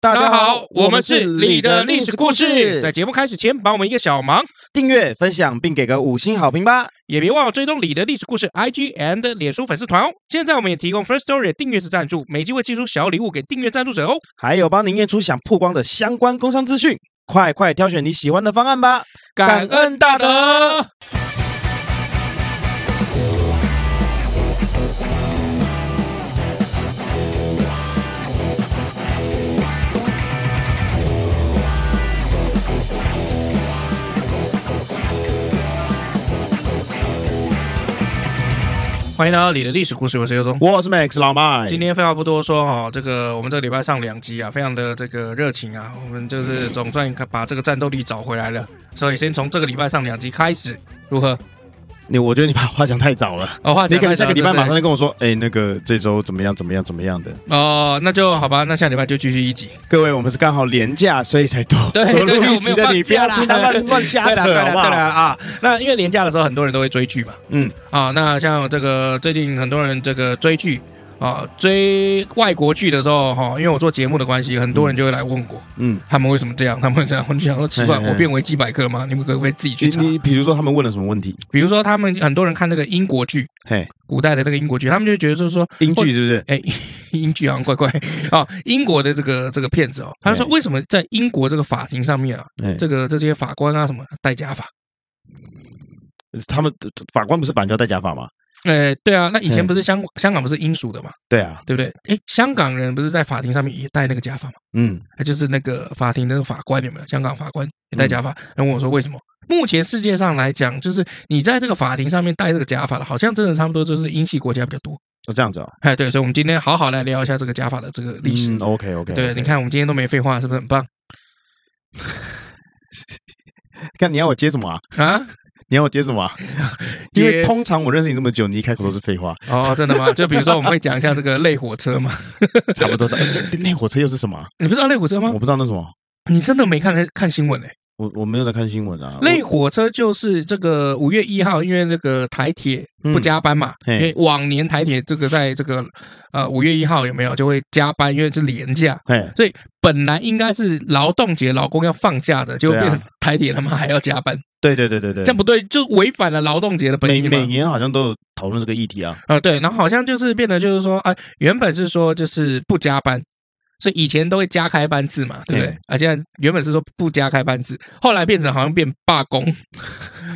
大大家好，我们是你的历史故事。在节目开始前，帮我们一个小忙，订阅、分享并给个五星好评吧。也别忘了追踪你的历史故事 IG and 脸书粉丝团哦。现在我们也提供 First Story 的订阅式赞助，每集会寄出小礼物给订阅赞助者哦。还有帮您念出想曝光的相关工商资讯，快快挑选你喜欢的方案吧。感恩大德。欢迎来到你的历史故事，我是尤忠。我是 Max 老麦，今天废话不多说哈、这个我们这个礼拜上两集啊，非常的这个热情啊，我们就是总算把这个战斗力找回来了，所以先从这个礼拜上两集开始，如何？你我觉得你把话讲太早了，哦，话你讲可能太下个早了礼拜对不对马上就跟我说，哎，那个这周怎么样怎么样怎么样的。哦，那就好吧，那下礼拜就继续一集。各位，我们是刚好廉价，所以才多对多对，录我一没集有的，你放不假要啦听他 乱乱瞎对啦对扯啦好不对啦好？啊，那因为年假的时候，很多人都会追剧嘛。嗯，啊，那像这个最近很多人这个追剧啊，追外国剧的时候哈、因为我做节目的关系，很多人就会来问我，嗯，他们为什么这样，他们这样，我就想说奇怪，嘿嘿嘿我变维基百科吗？你们可不可以自己去你查？你比如说他们问了什么问题？比如说，他们很多人看那个英国剧，嘿，古代的那个英国剧，他们就觉得就是说，英剧是不是？哎，英剧好像怪怪啊、 英国的这个这个片子哦，他就说为什么在英国这个法庭上面啊，哎，这个这些法官啊什么戴假发？他们法官不是板教戴假发吗？哎，对啊，那以前嗯不是香香港不是英属的嘛，对啊，对不对？哎，香港人不是在法庭上面也戴那个假发嘛？嗯，他啊就是那个法庭的那个法官有没有？香港法官也戴假嗯发，然后问我说为什么？目前世界上来讲，就是你在这个法庭上面戴这个假发的，好像真的差不多就是英系国家比较多。就这样子哦。哎，对，所以我们今天好好来聊一下这个假发的这个历史。嗯 OK OK，嗯对，你看我们今天都没废话，是不是很棒看你要我接什么啊？啊？你要我接什么啊？因 为通常我认识你这么久，你一开口都是废话，哦，真的吗？就比如说我们会讲一下这个类火车嘛，差不多 是。那火车又是什么啊？你不知道类火车吗我？不知道那什么，你真的没看看新闻哎、我我没有在看新闻啊。类火车就是这个五月一号，因为那个台铁不加班嘛，嗯嘿因为往年台铁这个在这个呃五月一号有没有就会加班，因为是连假，我，哎，所以本来应该是劳动节老公要放假的，结果对啊变成台铁他妈还要加班，对对对对对，这样不对，就违反了劳动节的本每意嘛。每年好像都有讨论这个议题 啊。啊、对，然后好像就是变得就是说，哎、原本是说就是不加班，所以以前都会加开班制嘛，对不对嗯？啊，现在原本是说不加开班制，后来变成好像变罢工，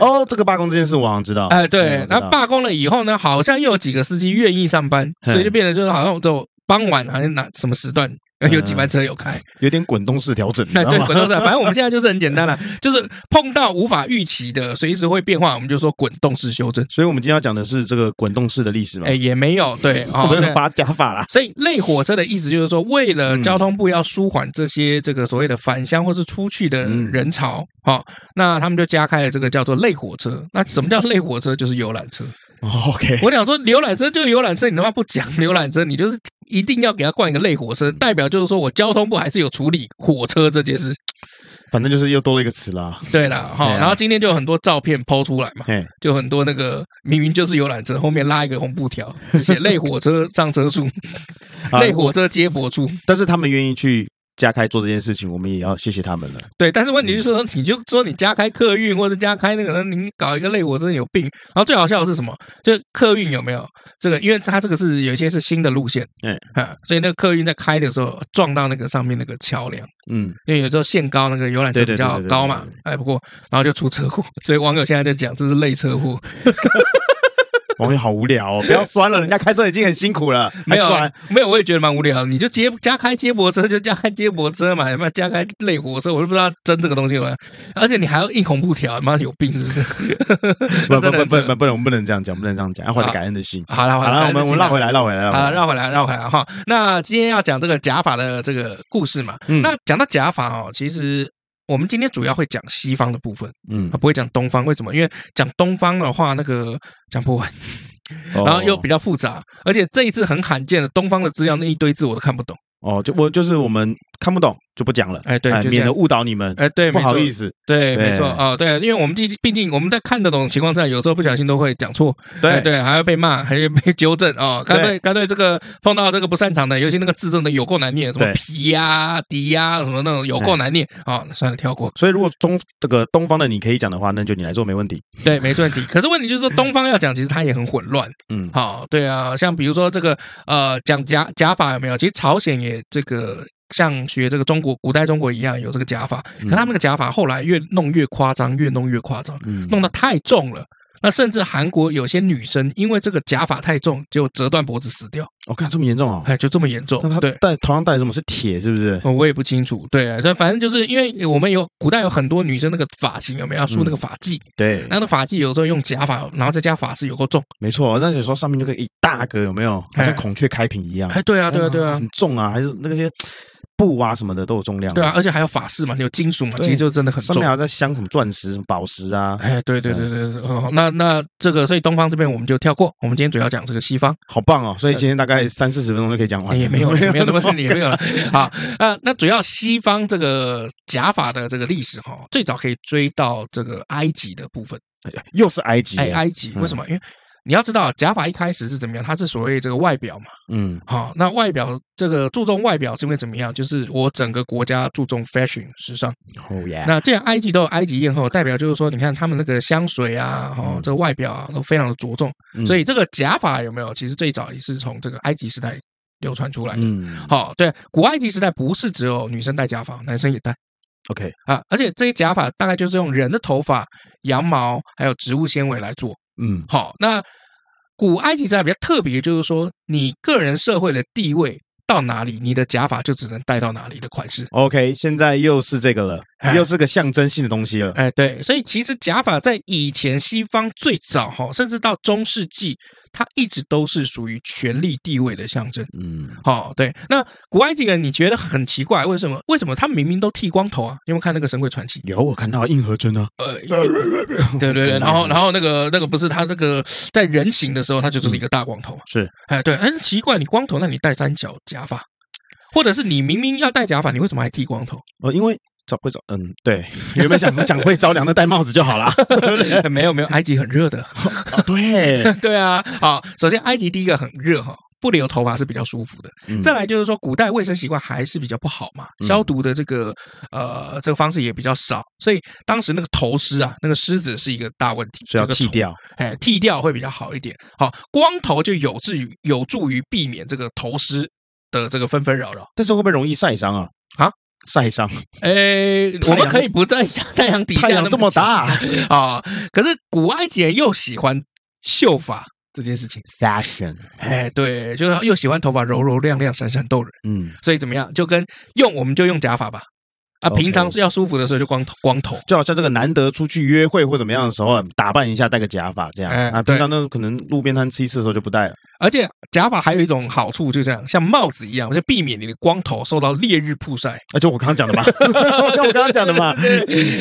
哦，这个罢工这件事我好像知道。哎、嗯对我，知道然后罢工了以后呢，好像又有几个司机愿意上班，所以就变得就是好像只有傍晚好像哪什么时段。嗯有几班车有 开，有点滚动式调整，你知那道哎对吗？滚动式，反正我们现在就是很简单了， 就是碰到无法预期的，随时会变化，我们就说滚动式修正。所以我们今天要讲的是这个滚动式的历史嘛哎，。也没有 对，我哦，们对是发假发 啦。所以类火车的意思就是说，为了嗯交通部要舒缓这些这个所谓的返乡或是出去的嗯人潮，好、那他们就加开了这个叫做类火车。那什么叫类火车？就是游览车。哦 OK， 我想说，浏览车就游览车，你他妈不讲浏览车，你就是一定要给他冠一个类火车，代表就是说我交通部还是有处理火车这件事。反正就是又多了一个词 啦。对了，哈、对啊然后今天就有很多照片抛出来嘛，嘿，就很多那个明明就是游览车，后面拉一个红布条， 写类火车上车处、好类火车接驳处。但是他们愿意去加开做这件事情，我们也要谢谢他们了。对，但是问题嗯就是说，你就说你加开客运或者加开那个，你搞一个类，我真的有病。然后最好笑的是什么？就是客运有没有这个？因为它这个是有一些是新的路线，嗯啊，所以那个客运在开的时候撞到那个上面那个桥梁，嗯，因为有时候限高那个游览车对对比较对对对高嘛对对，哎，不过然后就出车祸，所以网友现在在讲这是类车祸，网友好无 聊哦，不要酸了，人家开车已经很辛苦了，还没有酸啊。没有，我也觉得蛮无聊的。你就接加开接驳车就加开接驳车嘛，他妈加开类火车，我都不知道争这个东西了，而且你还要印红布条，妈有病是不是？不不真的不很不扯不不能，我们不能这样讲，不能这样讲，要怀着好感恩的心。好了好了，我们我们绕回来。来，绕回来，绕回好，来。绕回来，绕回来哈。那今天要讲这个假发的这个故事嘛。嗯那讲到假发哦，其实我们今天主要会讲西方的部分，嗯啊，，不会讲东方。为什么？因为讲东方的话，那个讲不完，然然后又比较复杂，而且这一次很罕见的东方的资料那一堆字我都看不懂。哦，就我就是我们看不懂，就不讲了，哎对哎就这免得样误导你们，哎，对，不好意思，思，对对，没错，哦，对，因为我们毕竟毕竟我们在看得懂的情况下，有时候不小心都会讲错，对哎对，还要被骂， 还要被纠正哦。干脆干脆这个碰到这个不擅长的，尤其那个字真的有够难念，什么对哎皮呀、迪呀，什么那种有够难念啊，哦算了，跳过。所以如果中这个东方的你可以讲的话，那就你来做没问题。对，没问题。可是问题就是说，东方要讲，其实它也很混乱。嗯，好、对啊，像比如说这个呃，讲假假法有没有？其实朝鲜也这个像学这个中国古代中国一样有这个假法，可他们那个假法后来越弄越夸张，越弄越夸张，嗯弄得太重了。那甚至韩国有些女生因为这个假发太重，就折断脖子死掉，我看这么严重哦，哎，就这么严重那。他哎对，戴头上戴什么是铁是不是？哦，我也不清楚。对啊，这反正就是因为我们有古代有很多女生那个发型有没有要嗯梳那个发髻，对，那那发髻有时候用假发，然后再加发饰有够重。没错，那有时候上面就跟一大个有没有，好哎像孔雀开屏一样。哎，对啊，对啊，对啊很，重啊，还是那些布啊什么的都有重量。对啊，，而且还有发饰嘛，有金属嘛，其实对就真的很上重面还。有在镶什么钻石、什么宝石啊，哎，对对对对，对哦，那那这个，所以东方这边我们就跳过，我们今天主要讲这个西方。好棒哦！所以今天大概三四十分钟就可以讲完，哎也没有，也没有那么多也没有了。好，那那主要西方这个假发的这个历史哈，最早可以追到这个埃及的部分。又是埃及哎，啊，埃及为什么？因为你要知道，假发一开始是怎么样？它是所谓这个外表嘛，嗯，好，那外表这个注重外表是因为怎么样？就是我整个国家注重 fashion 时尚。哦耶，那既然埃及都有埃及艳后，代表就是说，你看他们那个香水啊，哦嗯，这个外表啊都非常的着重，嗯所以这个假发有没有？其实最早也是从这个埃及时代流传出来的。嗯好、对，古埃及时代不是只有女生戴假发，男生也戴，OK，啊。而且这些假发大概就是用人的头发、羊毛还有植物纤维来做。嗯好、那古埃及时代比较特别，就是说你个人社会的地位到哪里，你的假发就只能戴到哪里的款式。 ，OK，现在又是这个了，哎又是个象征性的东西了，哎，对，所以其实假发在以前西方最早哈，甚至到中世纪，它一直都是属于权力地位的象征。嗯，哦，对，那古埃及人你觉得很奇怪，为什么？为什么他们明明都剃光头啊？你有没有看那个《神鬼 传奇》？有我看到硬核针 啊，呃，对对对，然 后然后那个那个不是他这个在人形的时候，他就是一个大光头嘛。是，哎，对，哎，奇怪，你光头，那你戴三角假发，或者是你明明要戴假发，你为什么还剃 光头？哦，因为找会找，嗯，对， 原本想说讲会着凉的戴帽子就好啦。没有没有，埃及很热的。 哦对，对啊，好，首先埃及第一个很热哈。不留头发是比较舒服的。嗯再来就是说，古代卫生习惯还是比较不好嘛，嗯消毒的这个呃这个方式也比较少，所以当时那个头虱啊，那个虱子是一个大问题，是要这个剃虫掉，哎，剃掉会比较好一点。好，光头就有助于有助于避免这个头虱的这个纷纷扰扰。但是会不会容易晒伤啊？啊，晒伤，哎，我太们阳可以不在下太阳底下太阳那这么久 大啊，可是古埃及人又喜欢秀发这件事情， ，fashion，哎，对，就是又喜欢头发柔柔亮亮、闪闪动人，嗯，所以怎么样，就跟用我们就用假发吧。啊， OK 平常是要舒服的时候就光头光头，就好像这个难得出去约会或怎么样的时候，打扮一下，戴个假发这样。哎啊，对平常那可能路边摊吃一次的时候就不戴了。 而且假发还有一种好处，就这样像帽子一样，就避免你的光头受到烈日曝 晒。啊，就我刚刚讲的嘛， 就我刚刚讲的 嘛。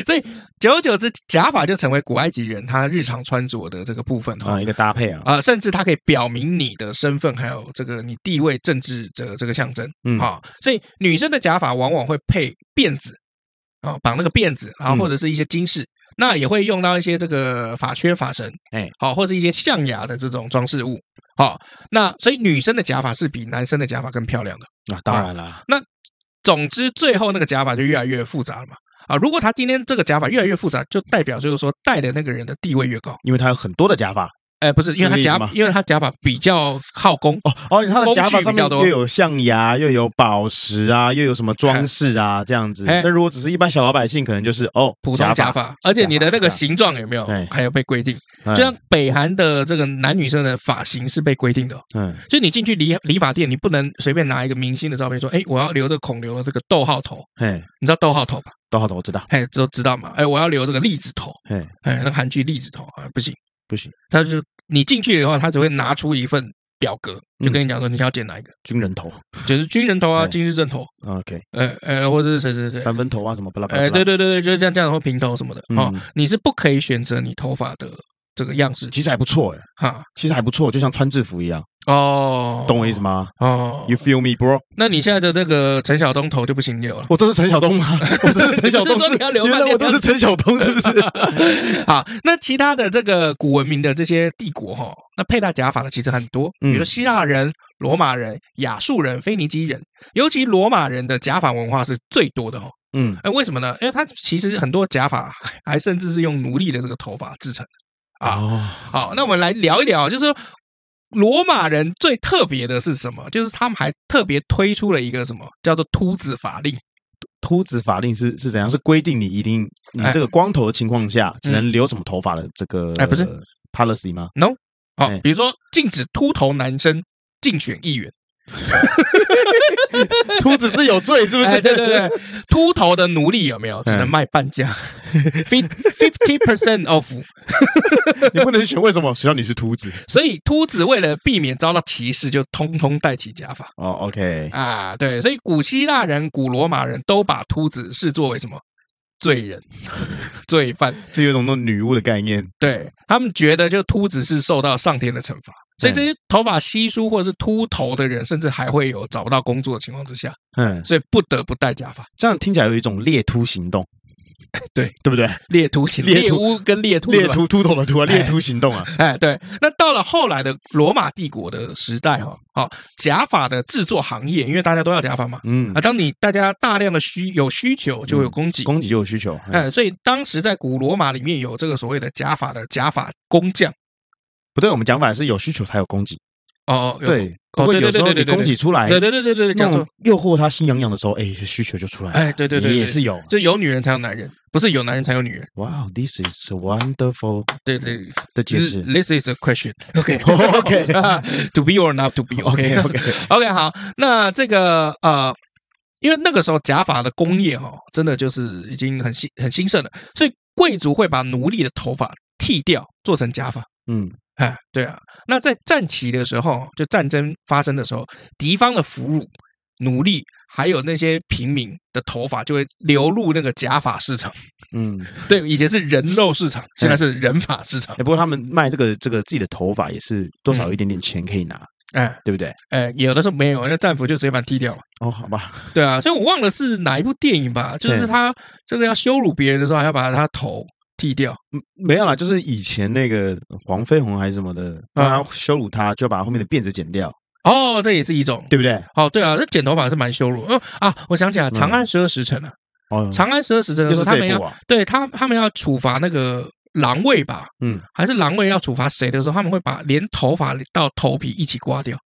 所以久而久之，假发就成为古埃及人他日常穿着的这个部分啊，哈。一个搭配啊，啊、甚至它可以表明你的身份，还有这个你地位、政治的这个象征嗯，啊、所以女生的假发往往会配辫子啊、绑那个辫子，然后嗯或者是一些金饰，那也会用到一些这个发圈、发绳，哎，好、或是一些象牙的这种装饰物。好、那所以女生的假发是比男生的假发更漂亮的。啊，当然啦，总之，最后那个假发就越来越复杂了嘛。啊，如果他今天这个假发越来越复杂，就代表就是说戴的那个人的地位越高。因为它有很多的假发哎，不是，因为是他这意假思吗，因为他假发比较好功。哦哦，它的假发上工序比较面多又有象牙，又有宝石啊，又有什么装饰啊，这样子。哎那如果只是一般小老百姓，可能就是哦，普通假发，而且你的那个形状有没有啊对嗯还有被规定？这就样，像北韩的这个男女生的发型是被规定的哦，嗯就你进去理理发店，你不能随便拿一个明星的照片说，哎，我要留这个孔刘的这个逗号头，嗯，嘿，你知道逗号头吧？都好的，我知道，哎，都知道嘛？哎，我要留这个栗子头，嘿，哎，那个韩剧栗子头啊，不行。不行，他就你进去的话，他只会拿出一份表格，就跟你讲说你想要剪哪一个，军人头就是军人头啊、嗯对军事正头， ，OK，呃呃，或者是谁谁谁，三分哎头啊，什么巴拉巴拉。哎，对，对对对，就是这样这样或平头什么的嗯哦，你是不可以选择你头发的这个样式其实还不错哎，哈。其实还不错，就像穿制服一样，哦，懂我意思吗哦。 ？You feel me, bro？那你现在的那个陈晓东头就不行留 了。哦我这是陈晓东 吗？我这是陈晓东你是是说你要？留原半来天我这是陈晓东是 不是？好，那其他的这个古文明的这些帝国哈、那佩戴假发的其实很多，比嗯如说希腊人、罗马人、亚述人、腓尼基人，尤其罗马人的假发文化是最多的哦。嗯，哎，为什么呢？因为它其实很多假发还甚至是用奴隶的这个头发制成。啊哦，好，那我们来聊一聊，就是说罗马人最特别的是什么？就是他们还特别推出了一个什么叫做秃子法令。秃子法令是是怎样？是规定你一定你这个光头的情况下，只能留什么头发的这个？哎不是 policy 吗？ 好哎，比如说禁止秃头男生竞选议员。秃子是有罪是不哎，是？对对对，秃头的奴隶有没有只能卖半价，fifty percent off？ 你不能选，为什么？谁让你是秃子？所以秃子为了避免遭到歧视，就通通戴起假发哦，OK，啊。对，所以古希腊人、古罗马人都把秃子视作为什么罪人、罪犯？这有一种那种女巫的概念。对他们觉得，就秃子是受到上天的惩罚。所以这些头发稀疏或者是秃头的人，甚至还会有找不到工作的情况之下，嗯，所以不得不戴假发。这样听起来有一种猎秃行动， 对对不对？猎秃型、猎猎秃巫跟猎秃是吧猎秃秃头的秃啊，哎猎秃行动 啊。哎，对，那到了后来的罗马帝国的时代哈、哦，哦，假发的制作行业，因为大家都要假发嘛，嗯啊，，当你大家大量的需有需求，就会有供给，供给就有需求。哎，哎，所以当时在古罗马里面有这个所谓的假发的假发工匠，不对，我们讲法是有需求才有供给。哦，有，对，不哦过对对有时候对对你对对供给出来，对对对对对，那讲种错，诱惑他心痒痒的时候，哎，需求就出来了。哎，对对对，对也是，有。就有女人才有男人，不是有男人才有女人，哇，this is wonderful 对对的嗯解释。 ，This is a question. OK OK to be or not to be. OK OK OK， OK，好，那这个呃，因为那个时候假发的工业哈、哦，真的就是已经很兴很兴盛了，所以贵族会把奴隶的头发剃掉，做成假发。嗯，哎，对啊，那在战旗的时候，就战争发生的时候，敌方的俘虏、奴隶还有那些平民的头发就会流入那个假发市场。嗯，对，以前是人肉市场，现在是人发市场哎，。不过他们卖这个这个自己的头发也是多少有一点点钱可以拿，哎对不对？哎，有的时候没有，那战俘就直接把它剃掉了。哦，好吧，对啊，所以我忘了是哪一部电影吧，就是对他这个要羞辱别人的时候，还要把他头剃掉。嗯没有啦，就是以前那个黄飞鸿还是什么的，他啊羞辱他就把后面的辫子剪掉，哦，这也是一种。对不对？哦，对啊，那剪头发是蛮羞辱。嗯啊，我想起来，《长安十二时辰》啊，哦，长安十二时辰》的就时候，是他这们一要步啊，对他他们要处罚那个狼卫吧，嗯，还是狼卫要处罚谁的时候，他们会把连头发到头皮一起刮掉。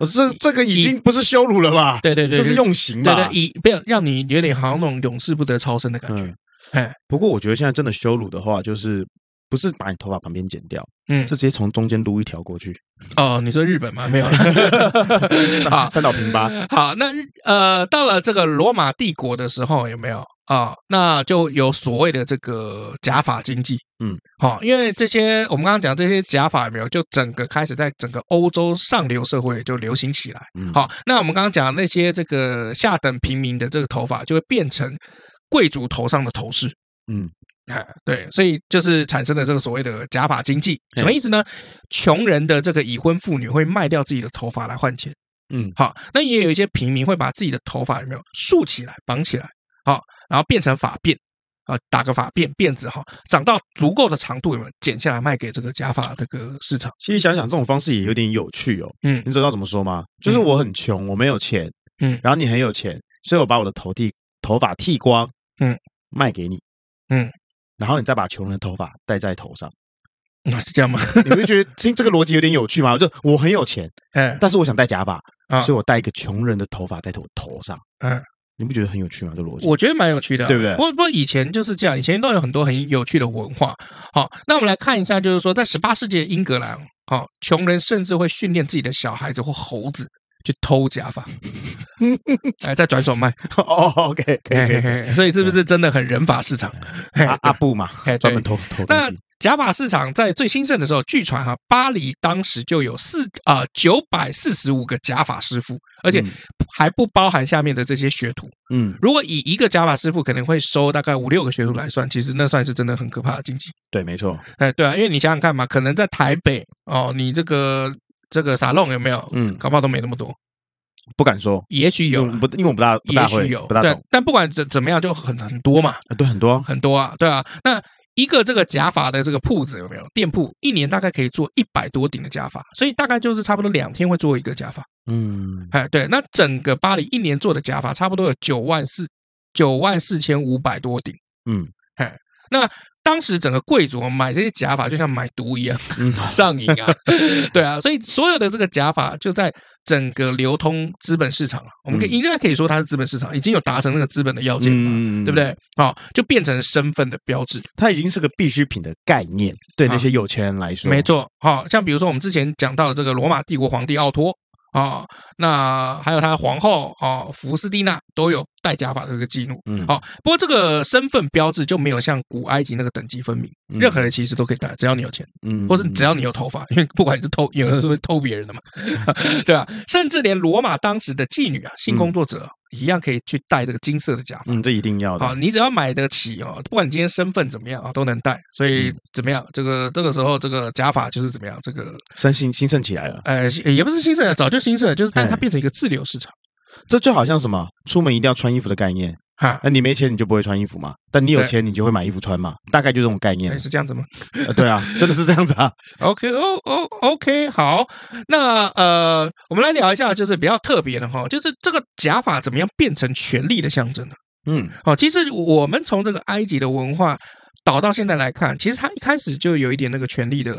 哦这这个已经不是羞辱了吧？对对对，这是对用刑对吧对？以不要让你有点好像那种永世不得超生的感觉嗯。，哎，不过我觉得现在真的羞辱的话，就是不是把你头发旁边剪掉，嗯是，直接从中间撸一条过去，哦，你说日本吗？没有啦三 好，三岛平八。好，那呃，到了这个罗马帝国的时候，有没有啊、那就有所谓的这个假发经济，嗯，好、因为这些我们刚刚讲这些假发有没有，就整个开始在整个欧洲上流社会就流行起来。嗯，好，那我们刚刚讲那些这个下等平民的这个头发，就会变成贵族头上的头饰。嗯， 哎，对，所以就是产生了这个所谓的假发经济，嘿什么意思呢？穷人的这个已婚妇女会卖掉自己的头发来换钱，嗯好，那也有一些平民会把自己的头发有没有竖起来、绑起来，好，然后变成发辫，啊，打个发辫辫子哈，长到足够的长度有没有剪下来卖给这个假发这个市场？其实想想这种方式也有点有趣哦。嗯 你知道怎么说吗？就是我很穷，我没有钱，嗯然后你很有钱，所以我把我的头剃头发剃光，嗯，卖给你，嗯，然后你再把穷人的头发戴在头上，那是这样吗？你会觉得 这这个逻辑有点有趣吗？就我很有钱，哎，但是我想戴假发，啊所以我戴一个穷人的头发在头头上，嗯，你不觉得很有趣吗？这逻辑，我觉得蛮有趣的啊、对不对不过不过以前就是这样，以前都有很多很有趣的文化。好，那我们来看一下，就是说在十八世纪的英格兰，好，穷人甚至会训练自己的小孩子或猴子去偷 假发，哎，再转手卖。 哦，OK，可以可以可以， 所以是不是真的很人法市场？嘿啊阿阿布嘛哎，对专门偷偷东那西，假发市场在最兴盛的时候，据传哈、巴黎当时就有四啊九百四十五个假发师傅，而且嗯还不包含下面的这些学徒。嗯，如果以一个假发师傅可能会收大概五六个学徒来算，其实那算是真的很可怕的经济。对，没错，哎，对啊，因为你想想看嘛，可能在台北哦，你这个这个沙龙有没有？嗯，搞不好都没那么多，不敢说，也许有因为啦我们不，因为我不大不也大许会有，，不大对懂，，但不管怎怎么样，就很很多嘛，呃对，很多很多啊，对啊。那一个这个假发的这个铺子有没有店铺，一年大概可以做一百多顶的假发，所以大概就是差不多两天会做一个假发。嗯，哎，对，那整个巴黎一年做的假发差不多有九万四九万四千五百多顶。嗯哎，那当时整个贵族哦买这些假发就像买毒一 样嗯，上瘾啊，对啊，所以所有的这个假发就在整个流通资本市场啊，我嗯们可以应该可以说它是资本市场已经有达成那个资本的要件 了嘛。嗯对不？对？哦，就变成身份的标志。它已经是个必需品的概念，对啊那些有钱人来说，没错，好、像比如说我们之前讲到的这个罗马帝国皇帝奥托啊、那还有他的皇后哦，福斯蒂娜都有戴假发的这个记录。嗯，好、不过这个身份标志就没有像古埃及那个等级分明，嗯任何人其实都可以戴，只要你有钱，嗯，嗯，或是只要你有头发，因为不管你是偷，有人是会偷别人的嘛， 对啊，甚至连罗马当时的妓女啊、性工作者啊一样可以去戴这个金色的假发。嗯，这一定要好，的，你只要买得起哦，不管你今天身份怎么样啊，都能戴。所嗯以怎么样？这个这个时候，这个假发就是怎么样？这个生兴兴盛起来了。呃，也不是新盛，早就新盛了，就是但它嘿变成一个自流市场这就好像什么，出门一定要穿衣服的概念。哈。那你没钱你就不会穿衣服嘛，但你有对钱你就会买衣服穿嘛，大概就这种概念哎，。是这样子吗呃对啊，真的是这样子啊。 ？OK，哦哦，OK，好，那呃，我们来聊一下，就是比较特别的哈，就是这个假发怎么样变成权力的象征呢？嗯哦，其实我们从这个埃及的文化导到现在来看，其实它一开始就有一点那个权力的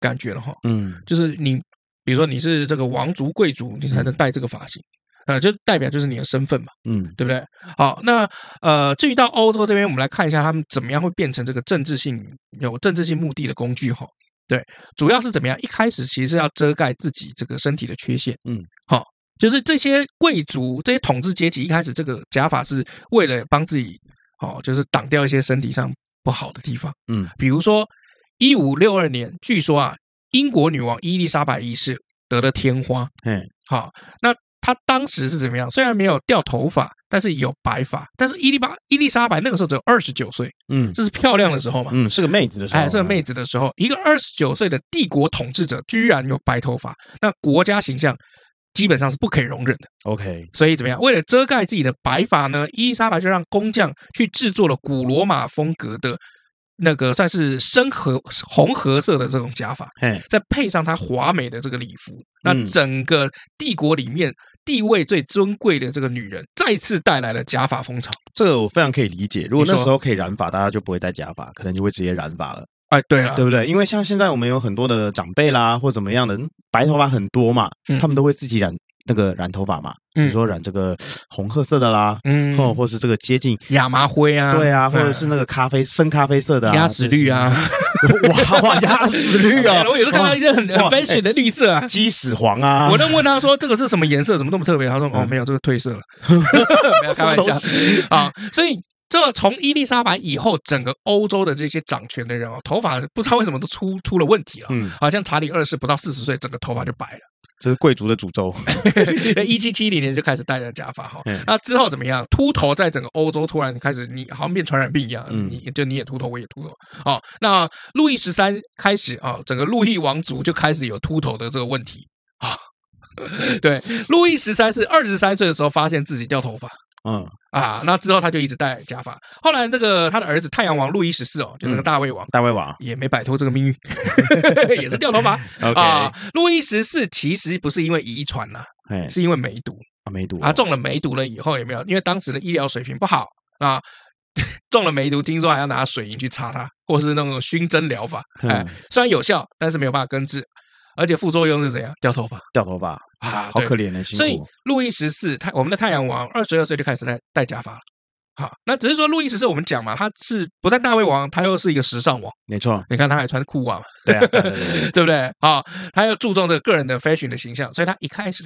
感觉了哈。嗯就是你，比如说你是这个王族贵族，你才能戴这个发型，呃，就代表就是你的身份嘛，嗯对不对？好，那呃，至于到欧洲这边，我们来看一下他们怎么样会变成这个政治性有政治性目的的工具哈。对，主要是怎么样？一开始其实是要遮盖自己这个身体的缺陷，嗯，好，就是这些贵族、这些统治阶级一开始这个假发是为了帮自己，哦，就是挡掉一些身体上不好的地方。嗯比如说，一五六二年，据说啊，英国女王伊丽莎白一世得了天花。嘿，好，那她当时是怎么样？虽然没有掉头发，但是有白发。但是伊丽巴伊丽莎白那个时候只有二十九岁，嗯这是漂亮的时候嘛？嗯，是个妹子的时候，哎，这个妹子的时候，一个二十九岁的帝国统治者居然有白头发，那国家形象基本上是不可以容忍的。 OK，所以怎么样？为了遮盖自己的白发呢，伊丽莎白就让工匠去制作了古罗马风格的那个算是深褐红褐色的这种假发，嘿，再配上她华美的这个礼服，那嗯整个帝国里面地位最尊贵的这个女人，再次带来了假发风潮。这个我非常可以理解。如果你那说时候可以染发，大家就不会戴假发，可能就会直接染发了，哎，对了，对不对？因为像现在我们有很多的长辈啦，或怎么样的，嗯白头发很多嘛嗯，他们都会自己染那个染头发嘛，比嗯如说染这个红褐色的啦，嗯，哦，或是这个接近。亚麻灰啊，对啊，或者是那个咖啡深咖啡色的啊鸭屎绿，啊，，就是哇哇鸭屎绿啊哎 哦我有时候看到一些很很哇 fashion 的绿色啊，鸡屎黄啊，嗯我那问他说这个是什么颜色，怎么这么特别？他说哦，没有，这个褪色 了， 没有开玩笑 啊。所以这从伊丽莎白以后，整个欧洲的这些掌权的人哦，头发不知道为什么都出出了问题了。嗯，好像查理二世不到四十岁，整个头发就 白这是贵族的诅咒，了。一七七零年就开始戴着假发哈嗯，那之后怎么样？秃头在整个欧洲突然开始，你好像变传染病一样，嗯你就你也秃头，我也秃头哦。那路易十三开始啊、哦，整个路易王族就开始有秃头的这个问题 啊、对，路易十三是二十三岁的时候发现自己掉头发嗯啊，那之后他就一直戴假发。后来那个他的儿子太阳王路易十四哦，就嗯那个大胃王。大胃王也没摆脱这个命运， 也是掉头发 ，OK，啊。路易十四其实不是因为遗传呐、哎，是因为梅毒。啊梅毒啊，中了梅毒了以后有没有？因为当时的医疗水平不好啊， 中了梅毒，听说还要拿水银去擦它，或是那种熏蒸疗法，哎嗯，虽然有效，但是没有办法根治，而且副作用是怎样？掉头发掉头发，啊，好对可怜的，辛所以苦，路易十四太我们的太阳王二十二岁就开始戴戴假发了，好，那只是说路易十四我们讲嘛，他是不但大胃王，他又是一个时尚王。没错，你看他还穿裤袜嘛，对啊，对对对对对不对？啊、他又注重这个个人的 fashion 的形象，所以他一开始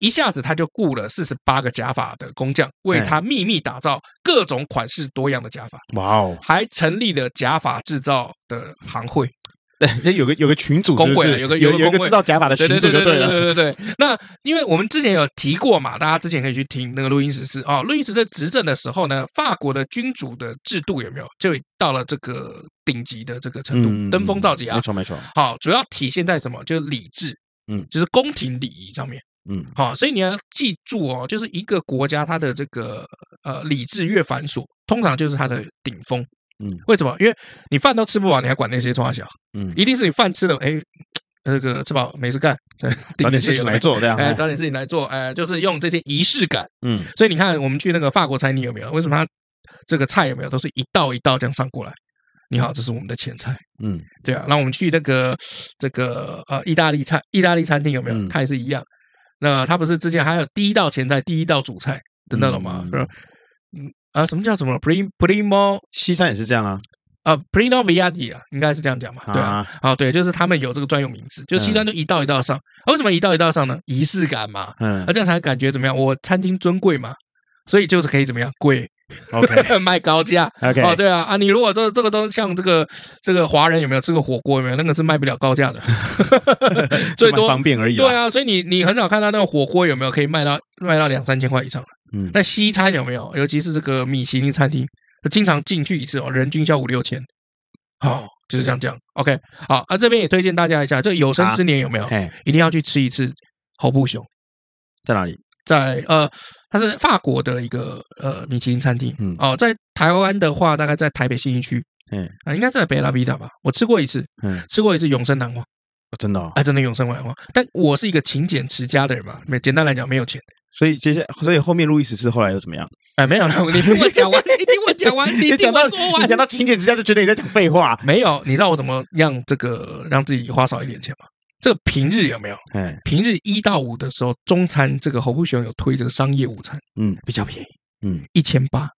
一下子他就雇了四十八个假发的工匠，为他秘密打造各种款式多样的假发，哇哦，还成立了假发制造的行会。对，这有个有个群主工是不会啊是？有个有有个一个工会制造假发的群对主对就对对了，对对对。那因为我们之前有提过嘛，大家之前可以去听那个路易十四啊，路易十四执政的时候呢，法国的君主的制度有没有就到了这个顶级的这个程度，登峰造极嗯啊没？错没错，好，主要体现在什么？就是礼制，嗯就是宫廷礼仪上面。嗯，好，所以你要记住哦，就是一个国家它的这个呃礼制越繁琐，通常就是它的顶峰。嗯，为什么？因为你饭都吃不饱，你还管那些从小？嗯一定是你饭吃了，哎，那个吃饱没事干，对找点事情来，做这样，啊哎，找点事情来做，哎，就是用这些仪式感。嗯，所以你看，我们去那个法国餐厅有没有？为什么它这个菜有没有都是一道一道这样上过来？你好，这是我们的前菜。嗯，对啊，那我们去那个这个呃意大利餐意大利餐厅有没有？嗯它也是一样。那它不是之前还有第一道前菜、第一道主菜的那种吗嗯？嗯嗯啊，什么叫什么 prim primo 西餐也是这样啊，啊 primo viaggi 啊，应该是这样讲嘛？对啊，啊，啊对，就是他们有这个专有名字，就西餐就一道一道上。啊为什么一道一道上呢？仪式感嘛，嗯啊这样才感觉怎么样？我餐厅尊贵嘛，所以就是可以怎么样贵 ，OK 卖高价。 OK，哦，对啊，啊，你如果这这个都像这个这个华人有没有吃过火锅有没有？那个是卖不了高价的，最多方便而已，对，啊，所以你你很少看到那个火锅有没有可以卖到卖到两三千块以上的。嗯但西餐有没有？尤其是这个米其林餐厅，经常进去一次哦，人均要五六千。好、哦就是这样讲。OK，好啊，这边也推荐大家一下，这有生之年有没有、哎，一定要去吃一次侯布熊，在哪里？在呃，它是法国的一个呃米其林餐厅。嗯哦，在台湾的话，大概在台北信义区。嗯啊，应该是在北拉维达吧？我吃过一次，嗯，吃过一次永生难忘，哦真的哦，啊，真的永生难忘。但我是一个勤俭持家的人嘛，没简单来讲没有钱。所以接下，所以后面路易十四后来又怎么样？哎，没有了，你听我讲完，你听我讲完，你听讲到我 说你完。讲到勤俭之下，就觉得你在讲废话， 没有，你知道我怎么让这个让自己花少一点钱吗？这个平日有没有？哎，平日一到五的时候，中餐这个侯布熊有推这个商业午餐，嗯，比较便宜，嗯，一千八，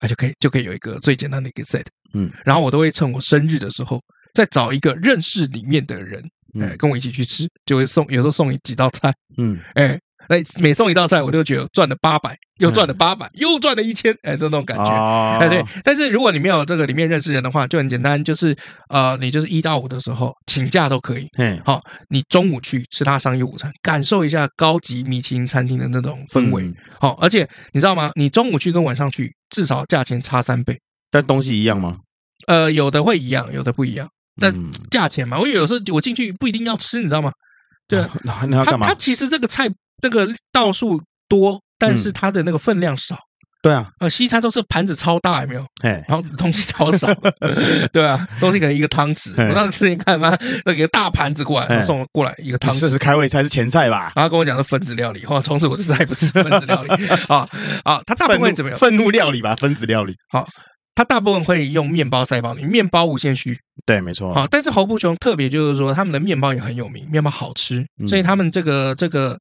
啊就可以就可以有一个最简单的一个 set，嗯，然后我都会趁我生日的时候，再找一个认识里面的人，哎、嗯跟我一起去吃，就会送，有时候送几道菜，嗯，哎，哎，每送一道菜，我就觉得赚了八百，又赚了八百、又赚了一千，哎，这种感觉。嗯哦哎，对，但是如果你没有这个里面认识人的话，就很简单，就是呃，你就是一到五的时候请假都可以，嘿，好、你中午去吃他商业午餐，感受一下高级米其林餐厅的那种氛围。嗯好、而且你知道吗？你中午去跟晚上去，至少价钱差三倍。但东西一样吗？呃，有的会一样，有的不一样，但嗯价钱嘛，我有时候我进去不一定要吃，你知道吗？对啊，那那要它干嘛它？其实这个菜那个道数多，但嗯是它的那个分量少。对啊，呃，西餐都是盘子超大，有没有？哎，然后东西超少， 对啊，东西可能一个汤匙。嗯我当时之前看嘛，那个大盘子过来，嗯送过来一个汤匙试，试开胃菜是前菜吧？然后跟我讲是分子料理，后来从此我就再也不吃分子料理 啊啊！他大部愤分会怒怎么样？愤怒料理吧，分子料理。他大部分会用面包塞饱你，面包无限续对，没错。啊。但是侯布雄特别就是说，他们的面包也很有名，面包好吃，所以他们这个这个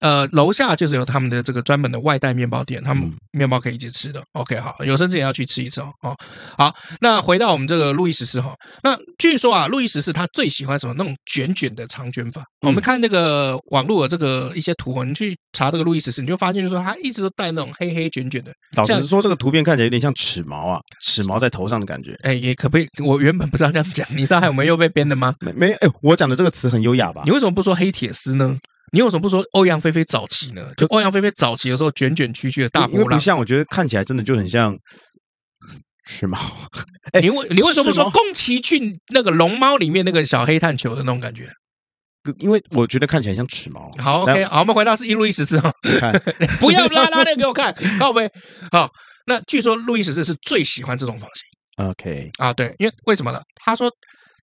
呃楼下就是有他们的这个专门的外带面包店，他们嗯面包可以一直吃的。OK，好，有生之年要去吃一次哦。哦，好，那回到我们这个路易十四哈，那据说啊，路易十四他最喜欢什么那种卷卷的长卷发。我们看那个网络的这个一些图哦，你去查这个路易十四，你就发现就是说他一直都戴那种黑黑卷卷的。老像实说，这个图片看起来有点像齿毛啊，齿毛在头上的感觉。哎，也可不可以？我原本不是要这样讲，你知道还有没有被编的吗？没没，哎，我讲的这个词很优雅吧你？为什么不说黑铁丝呢？你为什么不说欧阳菲菲早期呢？就欧阳菲菲早期的时候，卷卷曲曲的大因为波不浪。像，我觉得看起来真的就很像齿毛。哎 你为你为什么不是说吗宫崎骏那个《龙猫》里面那个小黑炭球的那种感觉？因为我觉得看起来像齿毛。好来，OK，好，我们回到是路易十四哈，看，不要拉拉链给我看，好呗。好，那据说路易十四是最喜欢这种发型 OK，啊，对，因为为什么呢？他说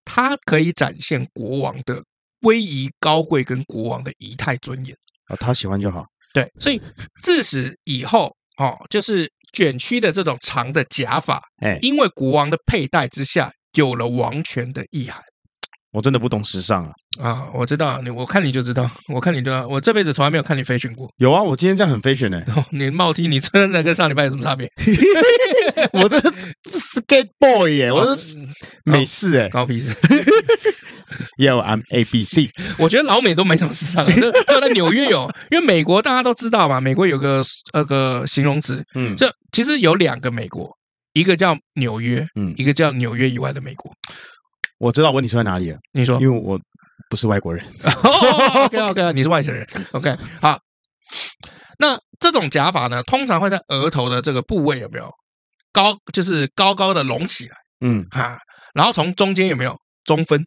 他可以展现国王的威仪、高贵跟国王的仪态尊严。哦，他喜欢就好。对，所以自此以后，哦，就是卷曲的这种长的假发，哎，因为国王的佩戴之下，有了王权的意涵。我真的不懂时尚啊。啊，我知道你，我看你就知道，我看你就知道，我这辈子从来没有看你 fashion 过。 有啊，我今天这样很 fashion 呢、哦你帽 T，你真的跟上礼拜有什么差别？我这 skate boy 耶、我是嗯美式哎、高屁事！ Yeah，I'm A B C。 我觉得老美都没什么时尚的，就就在纽约有，因为美国大家都知道嘛，美国有个那个形容词，嗯，这其实有两个美国，一个叫纽约，嗯一个叫纽约以外的美国。我知道问题出在哪里了，你说因为我不是外国人。 ？OK OK，你是外省人，OK 好。那这种假发呢，通常会在额头的这个部位有没有高，就是高高的隆起来嗯，啊，然后从中间有没有中分？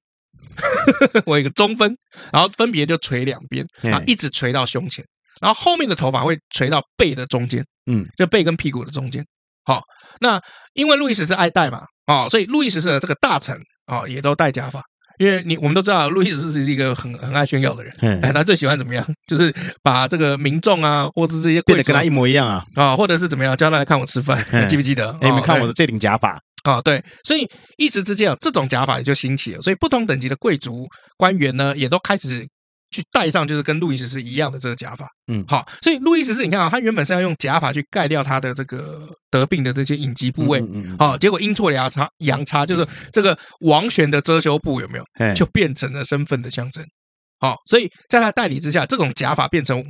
我有一个中分，然后分别就垂两边嘿啊，一直垂到胸前，然后后面的头发会垂到背的中间，嗯，就背跟屁股的中间。好，那因为路易十是爱戴嘛，哦，所以路易十四的这个大臣哦也都戴假发，因为你我们都知道路易十四是一个很很爱炫耀的人，嘿哎，他最喜欢怎么样， 就是把这个民众啊，或者是这些变贵得族跟他一模一样啊！啊、或者是怎么样，叫他来看我吃饭，嗯 记不记得？哎，你们哦看我的这顶假发，啊、对，所以一时之间啊，这种假法也就兴起了，所以不同等级的贵族官员呢，也都开始去戴上，就是跟路易十四一样的这个假发。嗯好，所以路易十四，你看啊，他原本是要用假发去盖掉他的这个得病的这些隐疾部位，嗯，嗯嗯哦，结果阴错阳差，阳差就是这个王权的遮羞布有没有，嘿就变成了身份的象征。好、所以在他代理之下，这种假发变成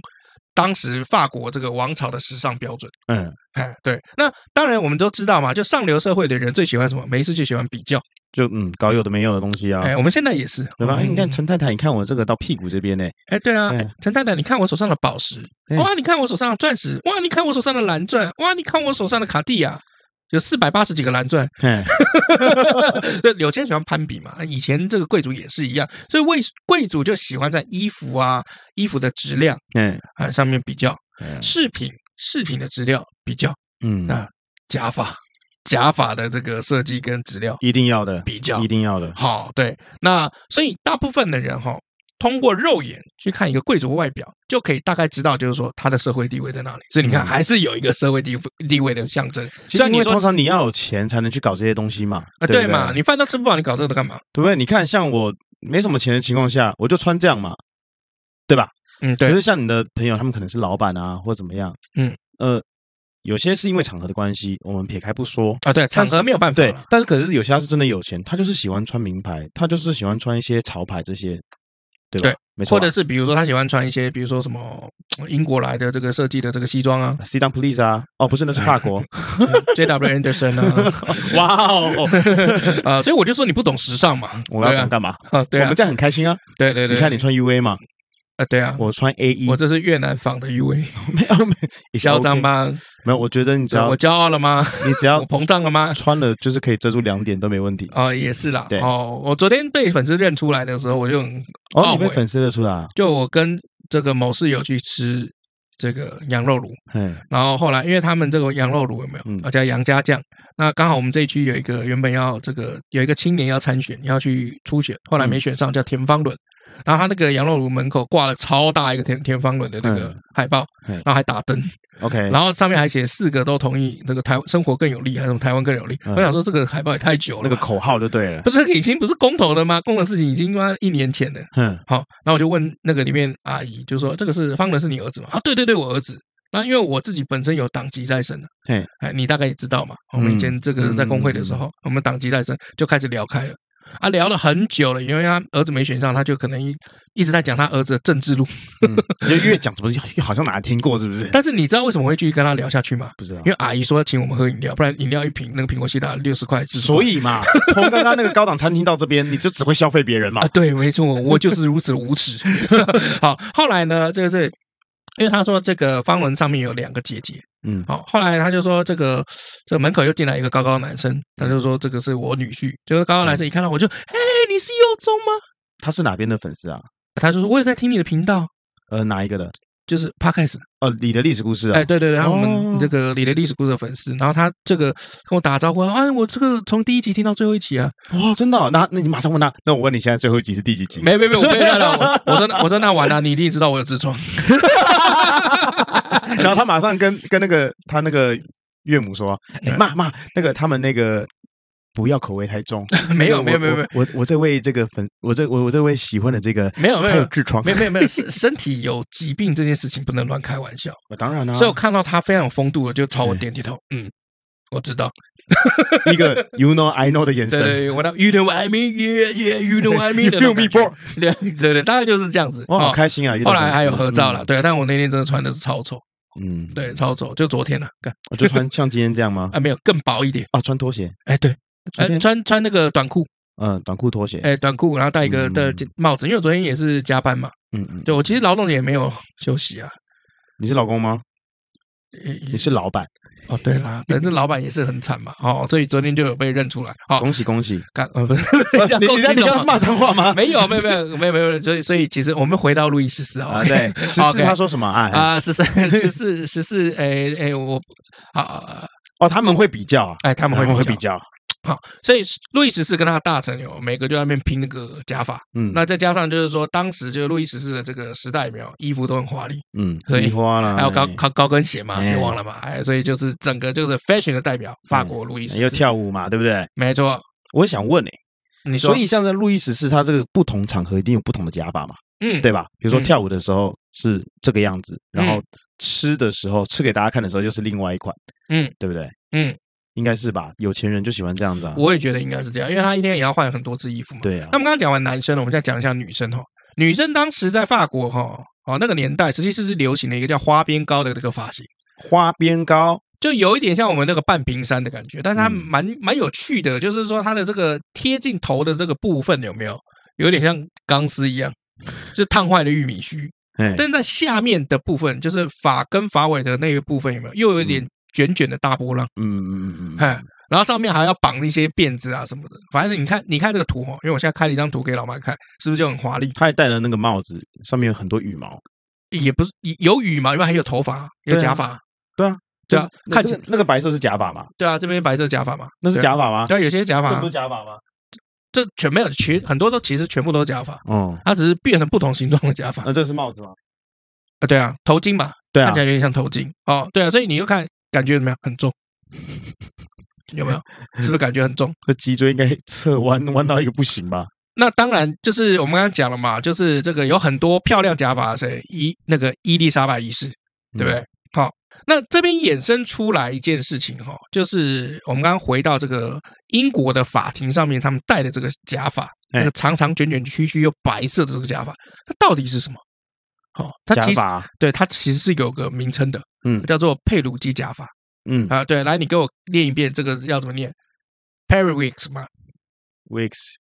当时法国这个王朝的时尚标准。嗯，哎，对，那当然我们都知道嘛，就上流社会的人最喜欢什么？没事就喜欢比较。就嗯，搞有的没有的东西啊，哎，我们现在也是，对吧？我哎们你看，陈太太，你看我这个到屁股这边呢，哎，对啊，哎哎陈太太，你看我手上的宝石，哎哇，你看我手上的钻石，哇，你看我手上的蓝钻，哇，你看我手上的卡地亚。有四百八十几个蓝钻， 嘿对，有些人喜欢攀比嘛。以前这个贵族也是一样，所以为贵族就喜欢在衣服啊、衣服的质量哎，啊上面比较，哎饰品、饰品的质量比较，嗯，啊假发、假发的这个设计跟质量一定要的，比较一。定要的，好，对，那所以大部分的人哈、通过肉眼去看一个贵族外表，就可以大概知道，就是说他的社会地位在哪里。所以你看，嗯还是有一个社会地地位的象征。其实虽然因你为说通常你要有钱才能去搞这些东西嘛，啊，不对对嘛，你饭都吃不饱，你搞这个干嘛？对不对？你看，像我没什么钱的情况下，我就穿这样嘛，对吧？嗯，可对是，像你的朋友，他们可能是老板啊，或怎么样，嗯，呃，有些是因为场合的关系，我们撇开不说，啊，对，场但合是没有办法对了。，但是可是有些他是真的有钱，他就是喜欢穿名牌，他就是喜欢穿一些潮牌这些，对吧？对没错或啊。者是比如说他喜欢穿一些，比如说什么呃英国来的这个设计的这个西装 啊 C down please 啊，哦，不是，那是法 国。 ，J.W. Anderson 啊，哇哦，啊，所以我就说你不懂时尚嘛， 我要对懂啊干嘛？啊，对我啊们，这样很开心啊！对对对，你看你穿 UA 嘛，啊，对啊，我穿 A 一我，这是越南仿的 UV，没 有没有，嚣张？吧？没有，我觉得你只对啊要我骄傲了吗？你只要 我膨胀了吗？穿了，就是可以遮住两点都没问题。哦，也是啦对。哦，我昨天被粉丝认出来的时候，我就很哦，懊你被悔。粉丝认出来啊，就我跟这个某室友去吃这个羊肉炉，嗯然后后来因为他们这个羊肉炉有没嗯有，而且杨家酱，那刚好我们这一区有一个原本要这个有一个青年要参选，要去初选，后来没选上，叫田方伦。然后他那个羊肉炉门口挂了超大一个田田方伦的那个嗯海报，嗯然后还打灯， ，OK，然后上面还写四个都同意那个台生活更有利，还是什么台湾更有利。嗯我想说这个海报也太久了吧，那个口号就对了。不是已经不是公投的吗？公投的事情已经妈一年前了。哼，好，然后我就问那个里面阿姨，就说这个是方仁是你儿子吗？啊，对对对，我儿子。那因为我自己本身有党籍在身的嘿，嗯哎，你大概也知道嘛。我们以前这个在工会的时候，我们党籍在身就开始聊开了。啊，聊了很久了，因为他儿子没选上，他就可能一一直在讲他儿子的政治路。嗯你就越讲怎么越好像哪听过，是不是？但是你知道为什么会继续跟他聊下去吗？不知道因，为阿姨说请我们喝饮料，不然饮料一瓶那个苹果西打六十块，40块所以嘛， 从刚刚那个高档餐厅到这边，你就只会消费别人嘛啊，。对，没错，我就是如此无耻。 好，后来呢，这个是因为他说这个方文上面有两个姐姐，嗯，好，后来他就说这个这个门口又进来一个高高的男生，他就说这个是我女婿，就是高高男生一看到我就，嘿，你是佑宗吗？他是哪边的粉丝啊？他就说我有在听你的频道。呃，哪一个的？就是啊 podcast，哦，你的历史故事啊哎，？对对对，他哦们这个你的历史故事的粉丝，然后他这个跟我打招呼啊，哎我这个从第一集听到最后一集啊，哇，真的哦？那那你马上问他。那我问你，现在最后一集是第几 集？没没没，我背下来了， 我我说那我说那完了，你一定知道我有痔 疮，然后他马上跟跟那个他那个岳母说：“哎、嗯妈妈，那个他们那个不要口味太 重。没有我没有没有没有，我我我这位这个粉，我这我我这位喜欢的这个没有没有太有痔疮没，有没有没有，身身体有疾病这件事情不能乱开玩笑。我哦当然啦、啊所以我看到他非常有风度了，就朝我点点头，嗯，我知道，一个 you know I know 的眼对神。对，我到 you know what I mean，yeah，yeah，you know what I mean 的 You feel me, 那种感觉 对对对，大概就是这样子。我好哦开心啊！遇到后来还有粉丝合照了，，嗯对，但我那天真的穿的是超丑，嗯，对，超丑，就昨天了，干我就穿像今天这样吗？啊没有更薄一点，啊，穿拖鞋，哎对，昨呃天穿穿那个短裤，嗯，短裤拖鞋，哎短裤，然后戴一个嗯的帽子，因为我昨天也是加班嘛，嗯嗯，对我其实劳动也没有休息啊，你是老公吗？你也是老板，哦对 啦，但是老板也是很惨嘛，哦，所以昨天就有被认出来，哦，恭喜恭 喜！干呃不是，呃这 样你攻你击你这什么样是骂脏话吗？没有，没有，没有，没有，没有。所以，所以其实我们回到路易十四啊，啊，对，十四 OK 他说什么啊？哎啊，十三、十四、十四，哎哎，我啊，哦，他们会比较啊，哎，他他们会会比较。较，所以路易十四跟他的大臣有每个就在那边拼那个假发，嗯，那再加上就是说，当时就是路易十四的这个时代有没有衣服都很华丽，嗯，所以梨花啦，还有高哎高高跟鞋嘛，哎你忘了嘛？哎，所以就是整个就是 fashion 的代表，法国路易十嗯哎又四，跳舞嘛，对不对？没错。我想问哎，你说所，以像在路易十四，他这个不同场合一定有不同的假发嘛，嗯，对吧？比如说嗯跳舞的时候是这个样子，然后嗯吃的时候吃给大家看的时候又是另外一款，嗯，对不对？嗯，应该是吧？有钱人就喜欢这样子啊，我也觉得应该是这样，因为他一天也要换很多次衣服嘛。对啊那，我们刚刚讲完男生了，我们再讲一下女生哈。女生当时在法国哈，哦那个年代，实际是是流行了一个叫花边高的这个发型，花边高，就有一点像我们那个半屏山的感觉，但是它嗯蛮蛮有趣的，就是说它的这个贴近头的这个部分有没有，有点像钢丝一样，就烫坏了玉米须，哎，但在下面的部分，就是发根发尾的那个部分有没有，又有一点卷卷的大波浪。嗯嗯嗯嗯哎，然后上面还要绑一些辫子啊什么的，反正你看，你看这个图哦，因为我现在开了一张图给老麦看，是不是就很华丽？他还戴了那个帽子，上面有很多羽毛，也不是有羽毛，因为还有头发，有对啊假发，就对是啊那看这起个那个白色是假发嘛？对啊，这边白色假发嘛，那是对啊，假发吗？对啊，有些假这发不是，假发吗？这全没有，其很多都其实全部都是假发，哦，它只是变成不同形状的假发那这是帽子吗？啊，对啊，头巾嘛，嗯对啊看起，来有点像头巾哦，对啊，所以你就看感觉怎么样，很重，有没有？是不是感觉很重？这脊椎应该 侧弯弯到一个不行吧？那当然，就是我们刚刚讲了嘛，就是这个有很多漂亮假发，谁伊那个伊丽莎白一世，对不对？嗯好，那这边衍生出来一件事情哈、哦，就是我们刚刚回到这个英国的法庭上面，他们戴的这个假发，哎那个长长卷卷曲曲又白色的这个假发，它到底是什么？哦，它假其实发，啊对它其实是有个名称的，嗯叫做佩鲁基假发嗯啊。对，来，你给我念一遍这个要怎么念 p e r i w i x 嘛， ，wigs。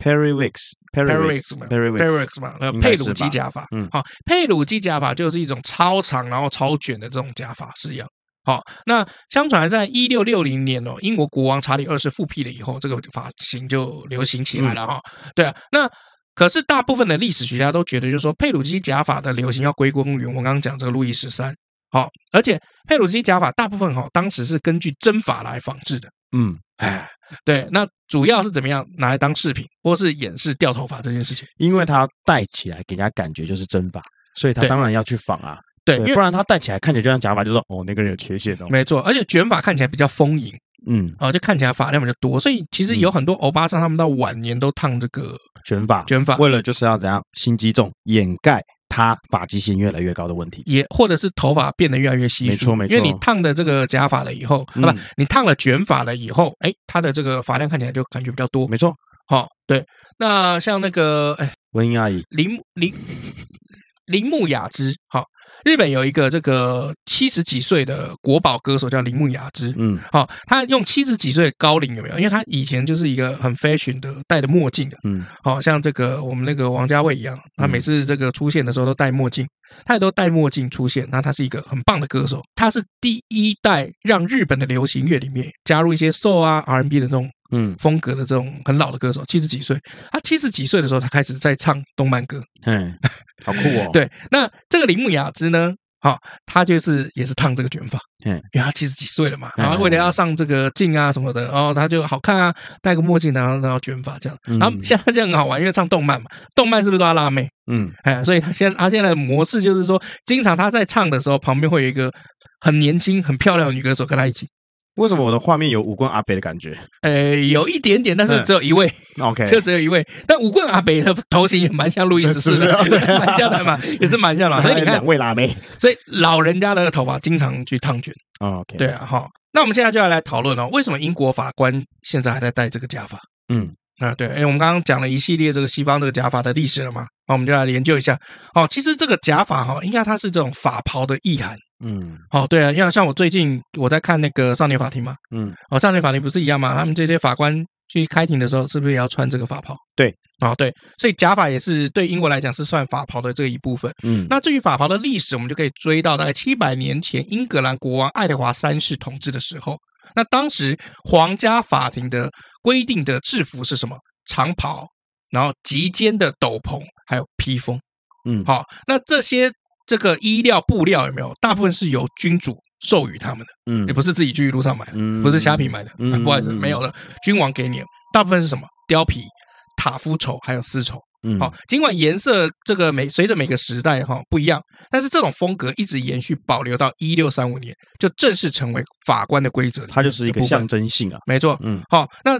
Perry Wicks, Perry Perry Wicks 嘛 Perry p e r i Wicks， x 嘛，呃，应该佩是鲁基吧假发。嗯好，佩鲁基假发就是一种超长然后超卷的这种假发式样。好，那相传在一六六零年哦，英国国王查理二世复辟了以后，这个发型就流行起来了嗯哈、对啊，那可是大部分的历史学家都觉得，就是说佩鲁基假发的流行要归功于我刚刚讲这个路易十三。好，而且佩鲁基假发大部分哈、当时是根据针法来仿制的。嗯，哎，对，那主要是怎么样拿来当饰品，或是掩饰掉头发这件事情？因为它戴起来给人家感觉就是真发，所以他对当然要去仿啊，对，因为对，不然他戴起来看起来就像假发，就说哦那个人有缺陷哦，没错，而且卷发看起来比较丰盈嗯，啊、就看起来发量比较多，所以其实有很多欧巴桑他们到晚年都烫这个卷发，卷发，为了就是要怎样心机重掩盖他发际线越来越高的问题，也或者是头发变得越来越稀疏，没错没错因为你烫的这个假发了以后，嗯啊不，你烫了卷发了以后，哎，它的这个发量看起来就感觉比较多。没错，好、对，那像那个哎文英阿姨，铃铃铃木雅之，好、日本有一个这个七十几岁的国宝歌手叫铃木雅之，嗯好、他用七十几岁的高龄有没有？因为他以前就是一个很 fashion 的，戴的墨镜的，嗯，好、像这个我们那个王家卫一样，他嗯每次这个出现的时候都戴墨镜，他也都戴墨镜出现。那他是一个很棒的歌手，他是第一代让日本的流行乐里面加入一些 soul 啊 R&B 的这种嗯，风格的这种很老的歌手，七十几岁，他七十几岁的时候才开始在唱动漫歌。嗯，好酷哦，，对，那这个铃木雅之呢，好、他就是也是烫这个卷发，嗯因为他七十几岁了嘛，嗯然后为了要上这个镜啊什么的，然后他就好看啊，戴个墨镜，然后然后卷发这样，嗯然后现在就很好玩，因为唱动漫嘛，动漫是不是都要辣妹？嗯，哎，所以他现在他现在的模式就是说，经常他在唱的时候，旁边会有一个很年轻、很漂亮的女歌手跟他一起，为什么我的画面有五棍阿北的感觉呃，有一点点，但是嗯只有一位， ？OK， 就只有一位。但武棍阿北的头型也蛮像路易十 四的，是不是 哎蛮像的嘛，也是蛮像的。所以你看两，位辣 妹。所以老人家的头发经常去烫卷，哦 OK，对，啊，哈。那我们现在就要来讨论哦，为什么英国法官现在还在戴这个假发？嗯，啊，对，因为我们刚刚讲了一系列这个西方这个假发的历史了嘛，那我们就来研究一下。哦，其实这个假发哈、应该它是这种法袍的意涵。嗯哦，对啊，要像我最近我在看那个少年法庭嘛，嗯，哦，少年法庭不是一样吗？他们这些法官去开庭的时候，是不是也要穿这个法袍？对，哦，对，所以假发也是对英国来讲是算法袍的这一部分。嗯，那至于法袍的历史，我们就可以追到大概七百年前英格兰国王爱德华三世统治的时候。那当时皇家法庭的规定的制服是什么？长袍，然后及肩的斗篷，还有披风。嗯好，那这些这个衣料布料有没有？大部分是由君主授予他们的，嗯也不是自己去路上买的，嗯不是虾皮买的，嗯啊不好意思，嗯没有了。君王给你的，大部分是什么？貂皮、塔夫绸还有丝绸。嗯好，尽管颜色这个每随着每个时代哈不一样，但是这种风格一直延续保留到一六三五年，就正式成为法官的规则。它就是一个象，征性啊，没错。嗯好，那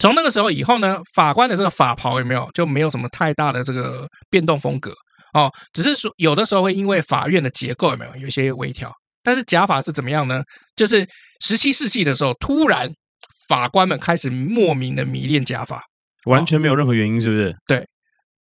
从那个时候以后呢，法官的这个法袍有没有就没有什么太大的这个变动风格哦，只是说有的时候会因为法院的结构有没有有一些微调，但是假法是怎么样呢？就是十七世纪的时候，突然法官们开始莫名的迷恋假法，完全没嗯有任何原因，是不是？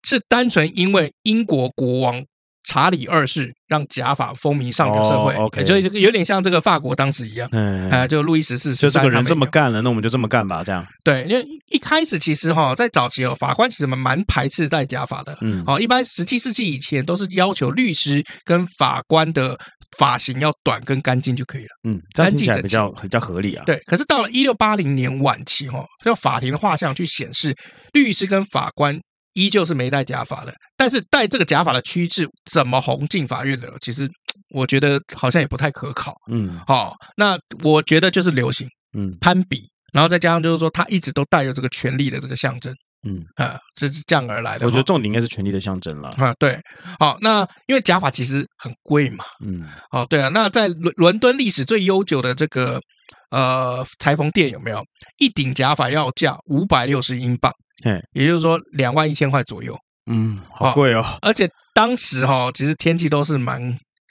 是单纯因为英国国王查理二世让假发风靡上流社会，哦，OK 所以就有点像这个法国当时一样。嗯，啊、就路易十四，就这个人13这么他们也有干了，那我们就这么干吧，这样，对，因为一开始其实哈、在早期哦，法官其实蛮蛮排斥戴假发的。嗯，哦，一般十七世纪以前都是要求律师跟法官的发型要短跟干净就可以了。嗯，这样听起干净来比整较比较合理啊，对，可是到了一六八零年晚期哈、哦，这个法庭的画像去显示，律师跟法官依旧是没戴假发的，但是戴这个假发的趋势怎么红进法院的？其实我觉得好像也不太可靠。嗯哦，那我觉得就是流行嗯攀比，然后再加上就是说，他一直都带有这个权力的这个象征，嗯，啊，这是这样而来的哈。我觉得重点应该是权力的象征了，啊，对，好、那因为假发其实很贵嘛，嗯哦，对啊，那在伦伦敦历史最悠久的这个呃裁缝店有没有一顶假发要价五百六十英镑嘿？也就是说两万一千块左右。嗯，好贵哦，而且当时哈、其实天气都是蛮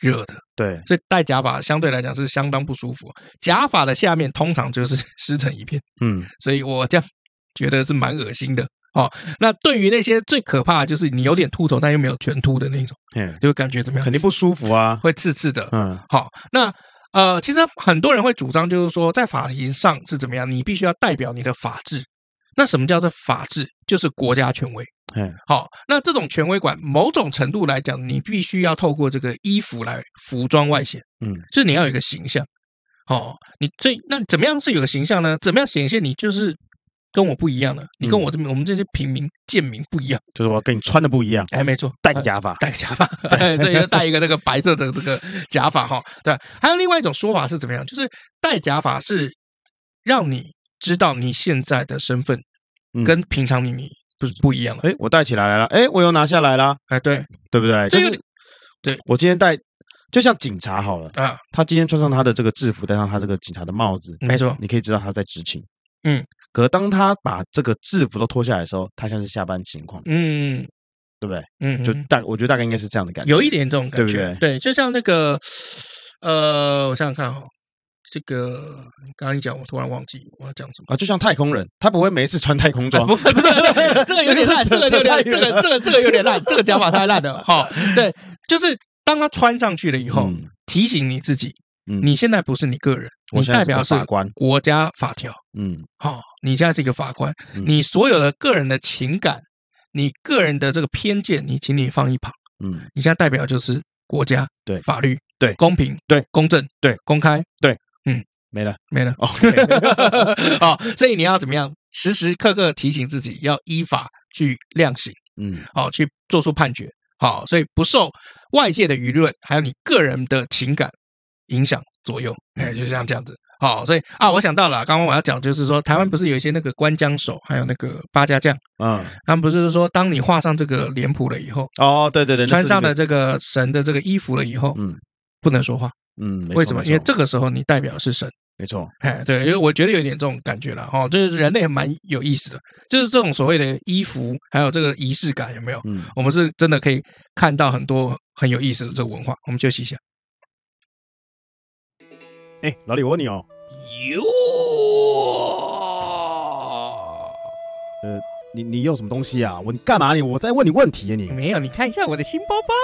热的，对，所以戴假发相对来讲是相当不舒服。假发的下面通常就是 湿成一片，嗯所以我这样觉得是蛮恶心的。哦，那对于那些最可怕的就是你有点秃头，但又没有全秃的那种，嘿，就感觉怎么样？肯定不舒服啊，会刺刺的。嗯好，那呃，其实很多人会主张，就是说在法庭上是怎么样，你必须要代表你的法治。那什么叫做法治？就是国家权威嗯。好，那这种权威感，某种程度来讲，你必须要透过这个衣服来服装外显，嗯就是你要有一个形象。哦，你最那怎么样是有个形象呢？怎么样显现你就是跟我不一样呢？你跟我这边、我们这些平民贱民不一样。就是我跟你穿的不一样，哎，没错，戴个假发，戴个 假发，所以就戴一个那个白色的这个假发哈。对，还有另外一种说法是怎么样？就是戴假发是让你知道你现在的身份嗯跟平常你你不是不一样的。哎，我戴起来了，哎，我又拿下来啦，哎，对对不对？这就个是我今天戴，就像警察好了，啊，他今天穿上他的这个制服，戴上他这个警察的帽子，没错，你可以知道他在执勤。嗯，可当他把这个制服都脱下来的时候，他像是下班情况，嗯对不对？嗯，就嗯大，我觉得大概应该是这样的感觉。有一点这种感对不觉对，对，就像那个呃，我想想看哦，这个刚刚一讲，我突然忘记我要讲什啊，么。就像太空人，他不会每一次穿太空哎装不，哦 这个有点烂，这个有点烂，这个这个这个有点烂，这个讲法太烂 了。哈，对，就是当他穿上去了以后，嗯提醒你自己，嗯你现在不是你个人，我你现在代是表个是法官。国家法条。嗯好，你现在是一个法官，嗯你所有的个人的情感，你个人的这个偏见，你请你放一旁。嗯，你现在代表就是国家，对法律，对公平，对公正，对公开，没 了。 没了。 OK， 好，所以你要怎么样？时时刻刻提醒自己要依法去量刑，嗯好、去做出判决，好、所以不受外界的舆论还有你个人的情感影响左右，哎，就像这样子。好、所以啊，我想到了，刚刚我要讲就是说，台湾不是有一些那个关将手，还有那个八家将，嗯，他们不是说，当你画上这个脸谱了以后，哦，对对对，那穿是上那了个，这个神的这个衣服了以后，嗯不能说话，嗯，没为错什么？没因为错这个时候你代表是神，没错，哎，对，因为我觉得有点这种感觉了哈，就是人类蛮有意思的，就是这种所谓的衣服，还有这个仪式感有没有？嗯，我们是真的可以看到很多很有意思的这个文化。我们休息一下。哎，老李，我问你哦，哟，你你用什么东西啊？我你干嘛你？我在问你问题啊你！没有，你看一下我的新包包，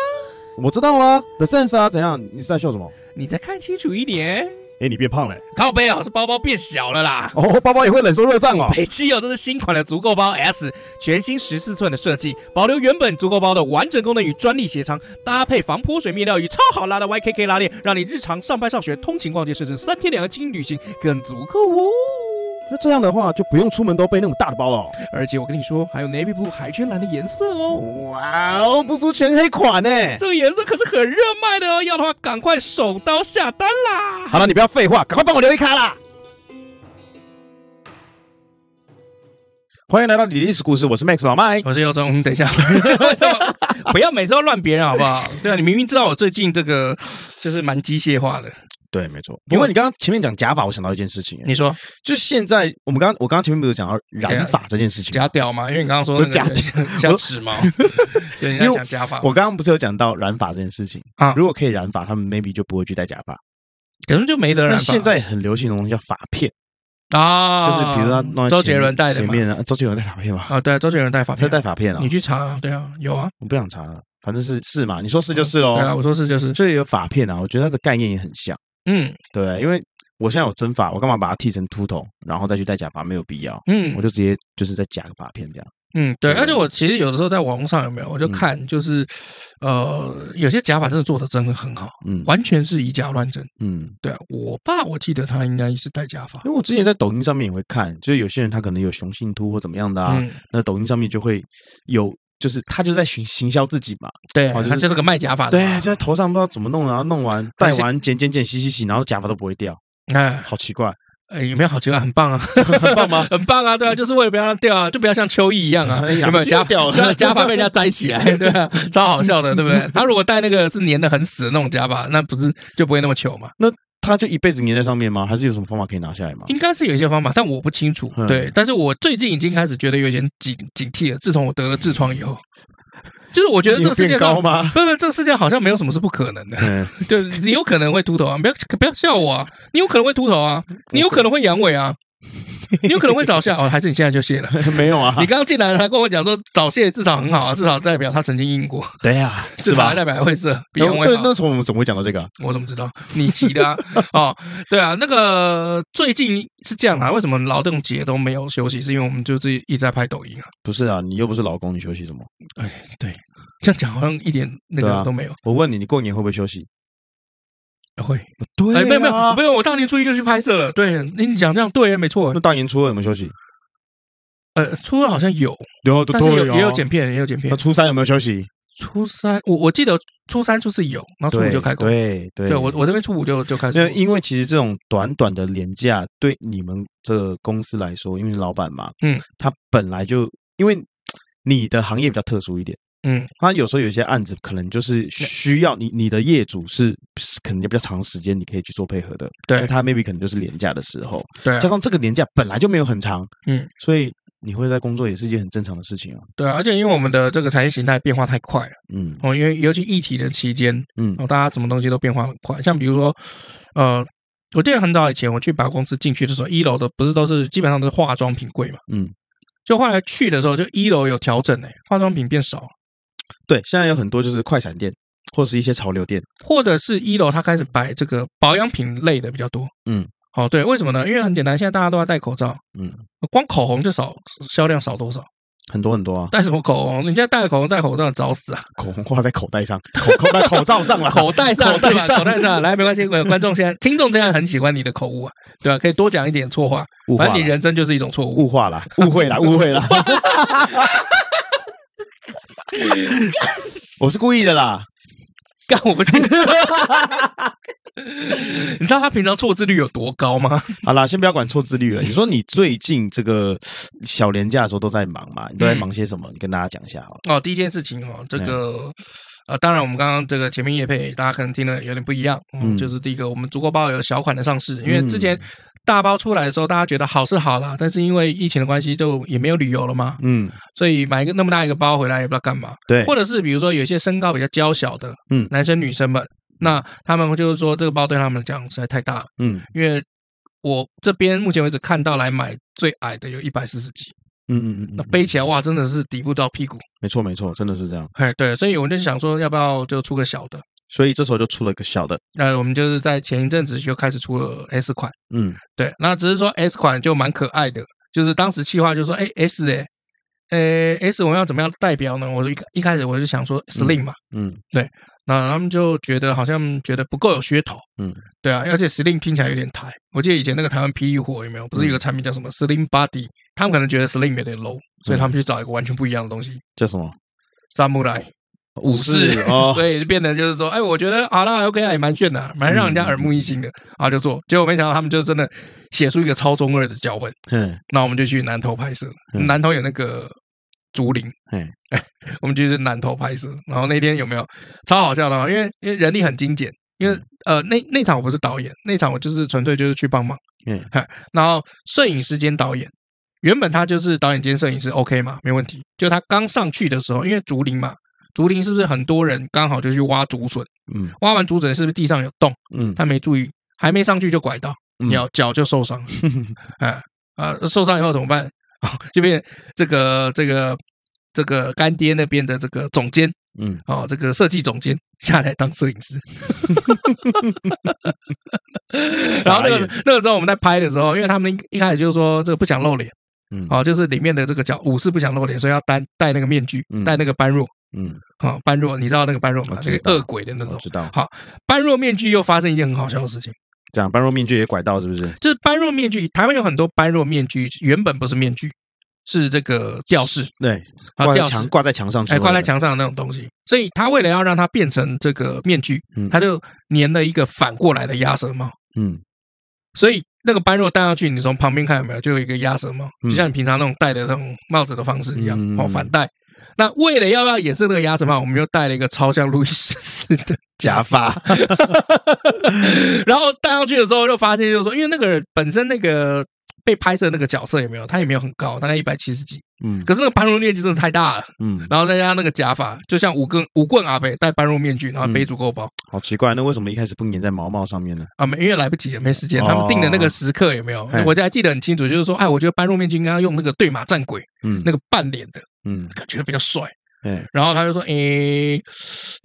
我知道啊，The Sense 啊，怎样？你是在笑什么？你再看清楚一点。哎，你变胖 了欸，靠背哦，是包包变小了啦。哦，包包也会冷缩热胀哦。北汽哦，这是新款的足够包 S，全新十四寸的设计，保留原本足够包的完整功能与专利鞋仓，搭配防泼水面料与超好拉的 YKK 拉链，让你日常上班、上学、通勤、逛街，甚至三天两夜轻旅行更足够哦。那这样的话，就不用出门都背那么大的包了哦。而且我跟你说，还有 navy blue 海军蓝的颜色哦，哇哦，不出全黑款呢。这个颜色可是很热卖的哦，要的话赶快手刀下单啦！好了，你不要废话，赶快帮我留一卡啦！欢迎来到李历史故事，我是 Max 老麦。我是尤忠， 等一下，不要每次都乱别人好不好？对啊，你明明知道我最近这个就是蛮机械化的，对，没错。因为你刚刚前面讲假发，我想到一件事情，你说就是现在我们刚刚我刚刚前面不是有讲到染发这件事情吗？假屌嘛，因为你刚刚说不是假屌，像纸 毛，对，你因要为讲假发，我刚刚不是有讲到染发这件事情啊如果可以染发，他们 maybe 就不会去戴假发。可能就没得染但发。现在很流行的东西叫发片，啊，就是比如说他弄在周前杰伦戴的前嘛，面啊，周杰伦戴发片嘛，啊，对，周杰伦戴发他片，戴发片啊你，去查啊，对啊，有啊，我不想查了，反正是是嘛，你说是就是喽对。啊，我说是就是，所以有发片啊，我觉得它的概念也很像，嗯对不对，因为我现在有真发，我干嘛把它剃成秃头，然后再去戴假发？没有必要，嗯我就直接就是再夹个发片这样。嗯，对，对嗯而且我其实有的时候在网络上有没有，我就看就是，呃，有些假发真的做的真的很好，嗯完全是以假乱真。嗯，对啊，我爸我记得他应该是戴假发，因为我之前在抖音上面也会看，就是有些人他可能有雄性秃或怎么样的啊，嗯，那抖音上面就会有，就是他就在行行销自己嘛，对，哦就是他就是个卖假发的对，嘛，就在头上不知道怎么弄，然后弄 完戴完剪剪剪洗洗洗，然后假发都不会掉，哎，好奇 怪，哎，有没有好奇怪？很棒啊，很棒吗？很棒啊，对啊，就是为了不要让掉啊，就不要像秋意一样啊，哎呀有没有就假 掉了对啊假发被人家摘起 来，对啊，超好笑的，对不对？他如果戴那个是粘的很死的那种假发，那不是就不会那么糗嘛？他就一辈子粘在上面吗？还是有什么方法可以拿下来吗？应该是有一些方法，但我不清楚。嗯对，但是我最近已经开始觉得有点警警惕了。自从我得了痔疮以后，就是我觉得这个世界变高上。吗？ 不是，这个世界好像没有什么是不可能的。 嗯，就是你有可能会秃头啊，不要不要笑我啊！你有可能会秃头啊，你有可能会阳痿啊，你有可能会早泄哦， 还是你现在就泄了？没有啊你，刚刚进来还跟我讲说早泄至少很好啊，至少代表他曾经硬过， 对呀，至是少吧还？代表还会射，比对，阳痿好那。时候我们怎么会讲到这个啊？我怎么知道？你提的啊？哦，对啊，那个最近是这样啊，为什么劳动节都没有休息？是因为我们就是一直在拍抖音啊。不是啊，你又不是老公，你休息什么？哎，对，这样讲好像一点那对啊个都没有。我问你，你过年会不会休息？会，对哎，没有没有啊没有，我大年初一就去拍摄了。对，你讲这样对，没错那。大年初二有没有休息？呃，初二好像有，有，但是有有啊也有剪。片，也有剪片那。初三有没有休息？初三，我我记得初三、初四有，然后初五对就开工。对对对我我这边初五就就开始那了。因为其实这种短短的廉价，对你们这个公司来说，因为是老板嘛，嗯，他本来就因为你的行业比较特殊一点，嗯，他有时候有一些案子可能就是需要你你的业主是是可能就比较长时间，你可以去做配合的，对那他 maybe 可能就是廉价的时候，对啊加，上这个廉价本来就没有很长，嗯，所以你会在工作也是一件很正常的事情啊，对啊，而且因为我们的这个产业形态变化太快了嗯哦，因为尤其疫情的期间，嗯哦，大家什么东西都变化很快。像比如说，呃，我记得很早以前我去百货公司进去的时候，一楼的不是都是基本上都是化妆品柜嘛，嗯，就后来去的时候，就一楼有调整诶、欸化妆品变少了，对，现在有很多就是快闪店或是一些潮流店，或者是一楼它开始摆这个保养品类的比较多，嗯，哦，对，为什么呢？因为很简单，现在大家都要戴口罩，呃嗯，光口红就少销量少多少？很多很多啊，戴什么口红？人家戴口红戴口罩找死啊！口红挂在口袋上，口口袋口罩上了，口袋上，口袋对吧上口袋上，来没关系，观观众现在听众现在很喜欢你的口误啊，对吧、可以多讲一点错话，物化反啦正你人生就是一种错误。误化啦，误会啦，误会 啦。 我是故意的啦， 干我不信，你知道他平常错字率有多高吗？好啦，先不要管错字率了。你说你最近这个小嗯年假的时候都在忙嘛？你都在忙些什么？你跟大家讲一下好了。哦，第一件事情哦，这个呃，当然我们刚刚这个前面叶配，大家可能听的有点不一样，嗯，嗯就是第一个，我们足够包有小款的上市，因为之前嗯大包出来的时候，大家觉得好是好啦，但是因为疫情的关系，就也没有旅游了嘛，嗯，所以买一个那么大一个包回来也不知道干嘛。对，或者是比如说有一些身高比较娇小的，嗯男生女生们，那他们就是说这个包对他们来讲实在太大了，嗯因为我这边目前为止看到来买最矮的有一百四十几，嗯嗯嗯那嗯，背起来哇真的是抵不到屁股，没错没错，真的是这样。哎对，所以我就想说要不要就出个小的，所以这时候就出了一个小的，那我们就是在前一阵子就开始出了 S 款，嗯，对，那只是说 S 款就蛮可爱的，就是当时企划就说哎 S 哎、呃 S 我们要怎么样代表呢？我就一一开始我就想说 slim 嘛，嗯那他们就觉得好像觉得不够有噱头，嗯，对啊，而且 Slim 听起来有点台。我记得以前那个台湾 PE 火有没有？不是嗯有个产品叫什么 Slim Body？他们可能觉得 Slim 有点 low，所以嗯他们去找一个完全不一样的东西叫什么？ ，Samurai 武士哦，所以就变得就是说，哎，我觉得好啦 OK 啦，也蛮炫的啊，蛮让人家耳目一嗯新的，然后就做。结果没想到他们就真的写出一个超中二的脚本，嗯那我们就去南投拍摄，嗯南投有那个竹林嗯， 我们就是南投拍摄，然后那天有没有超好笑的啊？因为因为人力很精简，因为呃那那场我不是导演，那场我就是纯粹就是去帮忙，嗯嗨，然后摄影师兼导演，原本他就是导演兼摄影师，OK 嘛，没问题。就他刚上去的时候，因为竹林嘛，竹林是不是很多人刚好就去挖竹笋，嗯挖完竹笋是不是地上有洞？嗯，他没注意，还没上去就拐到，嗯脚脚就受 伤了，哎啊，受伤以后怎么办？就变这个这个这个干爹那边的这个总监嗯哦，这个设计总监下来当摄影师。 然后傻那个那个时候我们在拍的时候，因为他们一开始就说这个不想露脸嗯哦，就是里面的这个角武士不想露脸，所以要戴戴那个面具，嗯戴那个般若嗯，啊，般若，你知道那个般若吗我？知那道个恶鬼的那我种知道。般若面具，又发生一件很好笑的事情。这样般若面具也拐到是不是？就是般若面具，台湾有很多般若面具，原本不是面具，是这个吊饰对，啊，挂在吊墙饰挂在墙上之哎后的，挂在墙上的那种东西。所以他为了要让它变成这个面具嗯，他就粘了一个反过来的鸭舌帽。嗯，所以那个般若戴上去，你从旁边看有没有，就有一个鸭舌帽，嗯就像你平常那种戴的那种帽子的方式一样，嗯哦，反戴。那为了要不要掩饰那个鸭舌帽，我们就戴了一个超像路易十四的假 发，然后戴上去的时候就发现，就是说，因为那个本身那个被拍摄那个角色也没有，他也没有很高，大概一百七十几，嗯可是那个般若面具真的太大了，嗯，然后再加上那个假发，就像五棍五棍阿北戴般若面具，然嗯后背足够包、好奇怪，那为什么一开始不粘在毛毛上面呢？啊，没因为来不及了，没时间，哦他们定的那个时刻也没有，嘿我就还记得很清楚，就是说，哎，我觉得般若面具应该要用那个对马战鬼嗯那个半脸的，嗯，感觉比较帅。哎，然后他就说：“诶、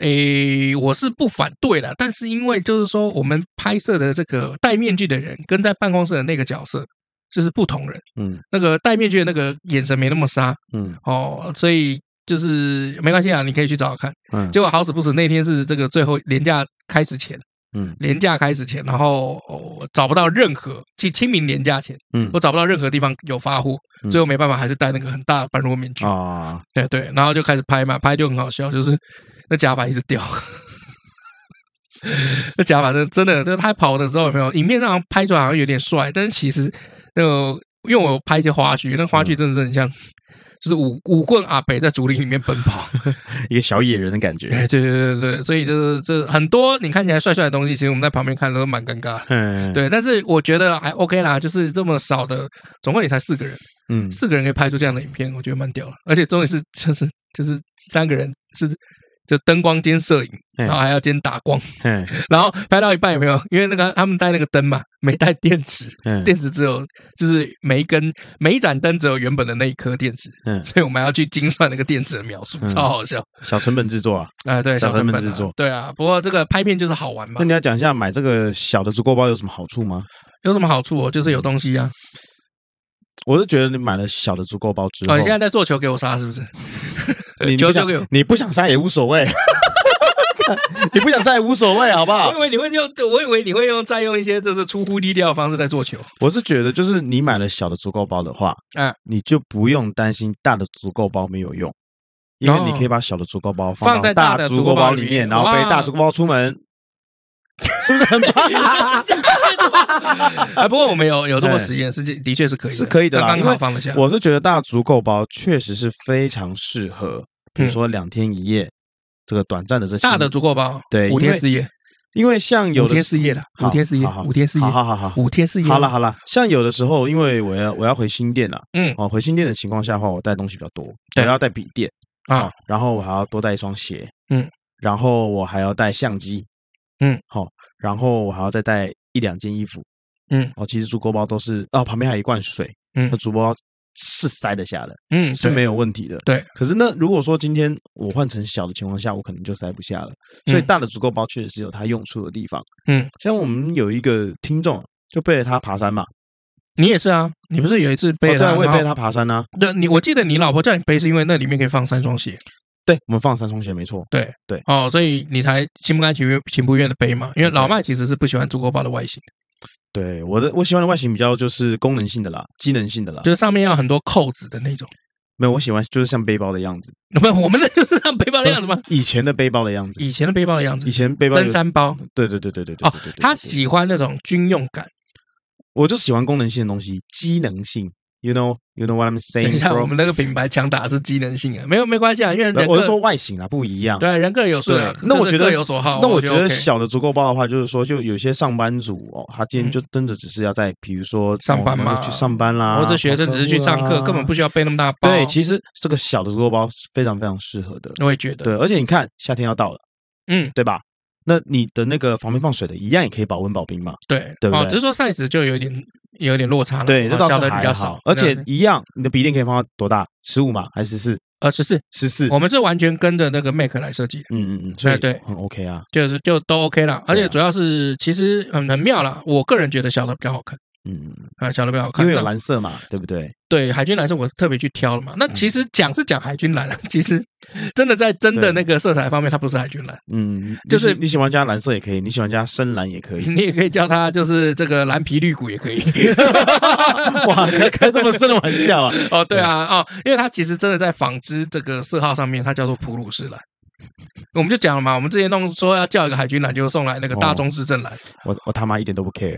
诶、我是不反对的，但是因为就是说，我们拍摄的这个戴面具的人跟在办公室的那个角色就是不同人，嗯那个戴面具的那个眼神没那么杀嗯哦，所以就是没关系啊，你可以去找找看。嗯，结果好死不死，那天是这个最后廉价开始前，嗯廉价开始前，然后、哦我找不到任何清清明廉价前，嗯我找不到任何地方有发货，嗯最后没办法，还是戴那个很大的半裸面具。啊，对对，然后就开始拍嘛，拍就很好笑，就是那假发一直掉，那假发真真的，就是他跑的时候有没有？影片上拍出来好像有点帅，但是其实那个因为我有拍一些花絮，那花絮真的是很像。就是武武棍阿北在竹林里面奔跑，一个小野人的感觉，哎，对对对对，所以就是这很多你看起来帅帅的东西，其实我们在旁边看都蛮尴尬。嗯，，对，但是我觉得还 OK 啦，就是这么少的，总共也才四个人，嗯四个人可以拍出这样的影片，我觉得蛮屌了。而且重点是，就是就是三个人是就灯光兼摄影，嗯然后还要兼打光，嗯然后拍到一半有没有？因为那个他们带那个灯嘛，没带电池，嗯电池只有就是每一根每一盏灯只有原本的那一颗电池，嗯，所以我们还要去精算那个电池的秒数，嗯超好笑小成本制作啊。啊！对，小小成成本本制啊作嗯对啊。不过这个拍片就是好玩嘛那，你要讲一下买这个小的足够包有什么好处吗？有什么好处？哦？就是有东西啊。我是觉得你买了小的足够包之后哦，，你现在在做球给我杀是不是？你你球不球给我想你不想杀也无所谓， 你不想杀也无所谓，好不好我以？为你会用，我以为你会用再用一些就是出乎意料的方式在做球。我是觉得，就是你买了小的足够包的话，嗯你就不用担心大的足够包没有用，因为哦你可以把小的足够包放放在到大的足够包里面，足够然包里面后背大足够包出门，是不是很棒？啊，不过我们有有这么实验，是的确是可以的，是可以的啦刚因好为放得下。我是觉得大足够包确实是非常适合，比如嗯说两天一夜，这个短暂的这大的足够吧？嗯对五天因为四夜，因为像有五的天四夜了，好五天四夜好好，五天四夜好，好好好。五天四夜。好了，好了，像有的时候，因为我要我要回新店了，嗯哦，回新店的情况下的话，我带东西比较多，我对要带笔电啊，，然后我还要多带一双鞋，嗯，然后我还要带相机，嗯，好，然后我还要再带一两件衣服，嗯哦，其实竹锅包都是哦，旁边还有一罐水，嗯那竹锅包是塞得下的，嗯，是对没有问题的。对，可是那如果说今天我换成小的情况下，我可能就塞不下了。所以嗯大的足够包确实是有它用处的地方。嗯，像我们有一个听众就背着他爬山嘛，你也是啊，你不是有一次背哦了对，，我也然后背他爬山啊。对你，我记得你老婆叫你背，是因为那里面可以放三双鞋对，我们放三双鞋没错。哦，所以你才心不甘情愿、情不愿的背嘛。因为老麦其实是不喜欢足够包的外形，对，我的我喜欢的外形比较就是功能性的啦，机能性的啦。就是上面要很多扣子的那种。 没有，我喜欢就是像背包的样子，不，我们的就是像背包的样子吗？以前的背包的样子，以前的背包的样子以，前背包有登。山包。对对对对对对哦对对对。对他，喜欢那种军用感。我就喜欢功能性的东西，机能性。You know, you know what I'm 等 saying, 一下， bro 我们那个品牌强打是机能性啊，没有没关系啊，因为人对各我是说外形啊不一样。对人各有所对好，那我就是觉得各有所好。那我我觉得 OK 小的足够包的话，就是说，就有些上班族哦，他今天嗯就真的只是要在，比如说上班哦那就嘛去上班啦，或者学生只是去上课，根本不需需要背那么大包。啊嗯对。其实这个小的足够包是非常非常适合的，我也觉得，对。而且你看，夏天要到了，嗯，对吧？那你的那个旁边放水的，一样也可以保温保冰嘛。对，对不哦，对只是说 size 就有点有点落差了，对，这哦倒是小的比还好较少。，而这且样子一样，你的笔电可以放到多大？十五嘛，还是十四？呃，十四，十四。我们是完全跟着那个 Mac 来设计的，嗯嗯嗯，所以哎对对很 OK 啊。就是就都 OK 了。而且主要是其实很很妙啦，我个人觉得小的比较好看嗯，嗯啊，小的比较好嗯看，因为有那蓝色嘛，对不对？对海军蓝是我特别去挑了嘛。那嗯其实讲是讲海军蓝啊，其实真的在真的那个色彩方面，它不是海军蓝，嗯，你就是喜你喜欢加蓝色也可以，你喜欢加深蓝也 可以。你也可以叫它就是这个蓝皮绿骨也可以。 哇，开开这么深的玩笑啊！哦，对啊，哦，因为它其实真的在纺织这个色号上面，它叫做普鲁士蓝。我们就讲了嘛，我们之前弄说要叫一个海军蓝，就送来那个哦大中至正 蓝。我我他妈一点都不 care。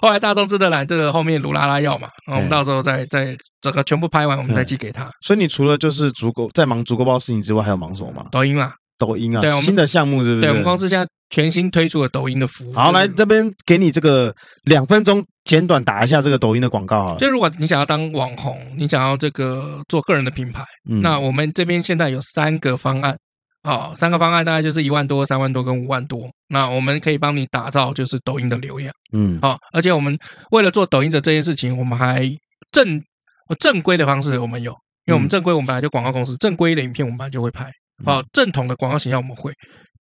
后来大中至正蓝这个后面鲁拉拉要嘛，然后我们嗯到时候再再这个全部拍完，我们再寄给他。所以你除了就是足够在忙足够包事情之外，还有忙什么吗？抖音嘛，抖音啊对我，们新的项目是不是？对我们公司现在全新推出了抖音的服务。好，来就是这边给你这个两分钟，简短打一下这个抖音的广告好了。就如果你想要当网红，你想要这个做个人的品牌，嗯那我们这边现在有三个方案，哦，三个方案大概就是一万多、三万多跟五万多。那我们可以帮你打造就是抖音的流量，嗯哦，而且我们为了做抖音的这件事情，我们还正正规的方式我们有，因为我嗯们正规我们本来就广告公司，正规的影片我们本来就会拍，哦，正统的广告形象我们会，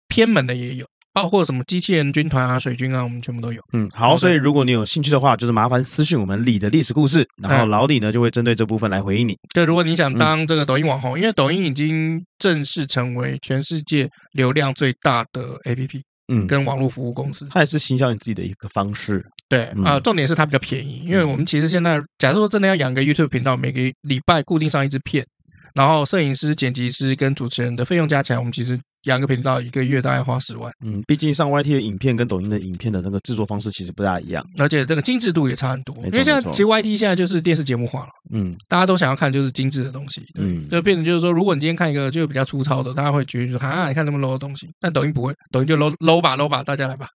偏门的也有，包括什么机器人军团啊、水军啊，我们全部都有。嗯，好，所以如果你有兴趣的话，就是麻烦私信我们李的历史故事，然后嗯老李呢就会针对这部分来回应你。对，如果你想嗯当这个抖音网红，因为抖音已经正式成为全世界流量最大的 APP 嗯，跟网络服务公司。它也是行销你自己的一个方式。对嗯啊、重点是它比较便宜，因为我们其实现在，假如说真的要养一个 YouTube 频道，每个礼拜固定上一支片，然后摄影师、剪辑师跟主持人的费用加起来，我们其实养个频道一个月大概花十万，嗯，毕竟上 YT 的影片跟抖音的影片的那个制作方式其实不大一样。而且这个精致度也差很多。没因错为现在没错其实 YT 现在就是电视节目化了，嗯大家都想要看就是精致的东西。对嗯，就变成就是说，如果你今天看一个就比较粗糙的，大家会觉得说啊，你看那么 low 的东西。但抖音不会，抖音就 low low 吧 low 吧，大家来吧。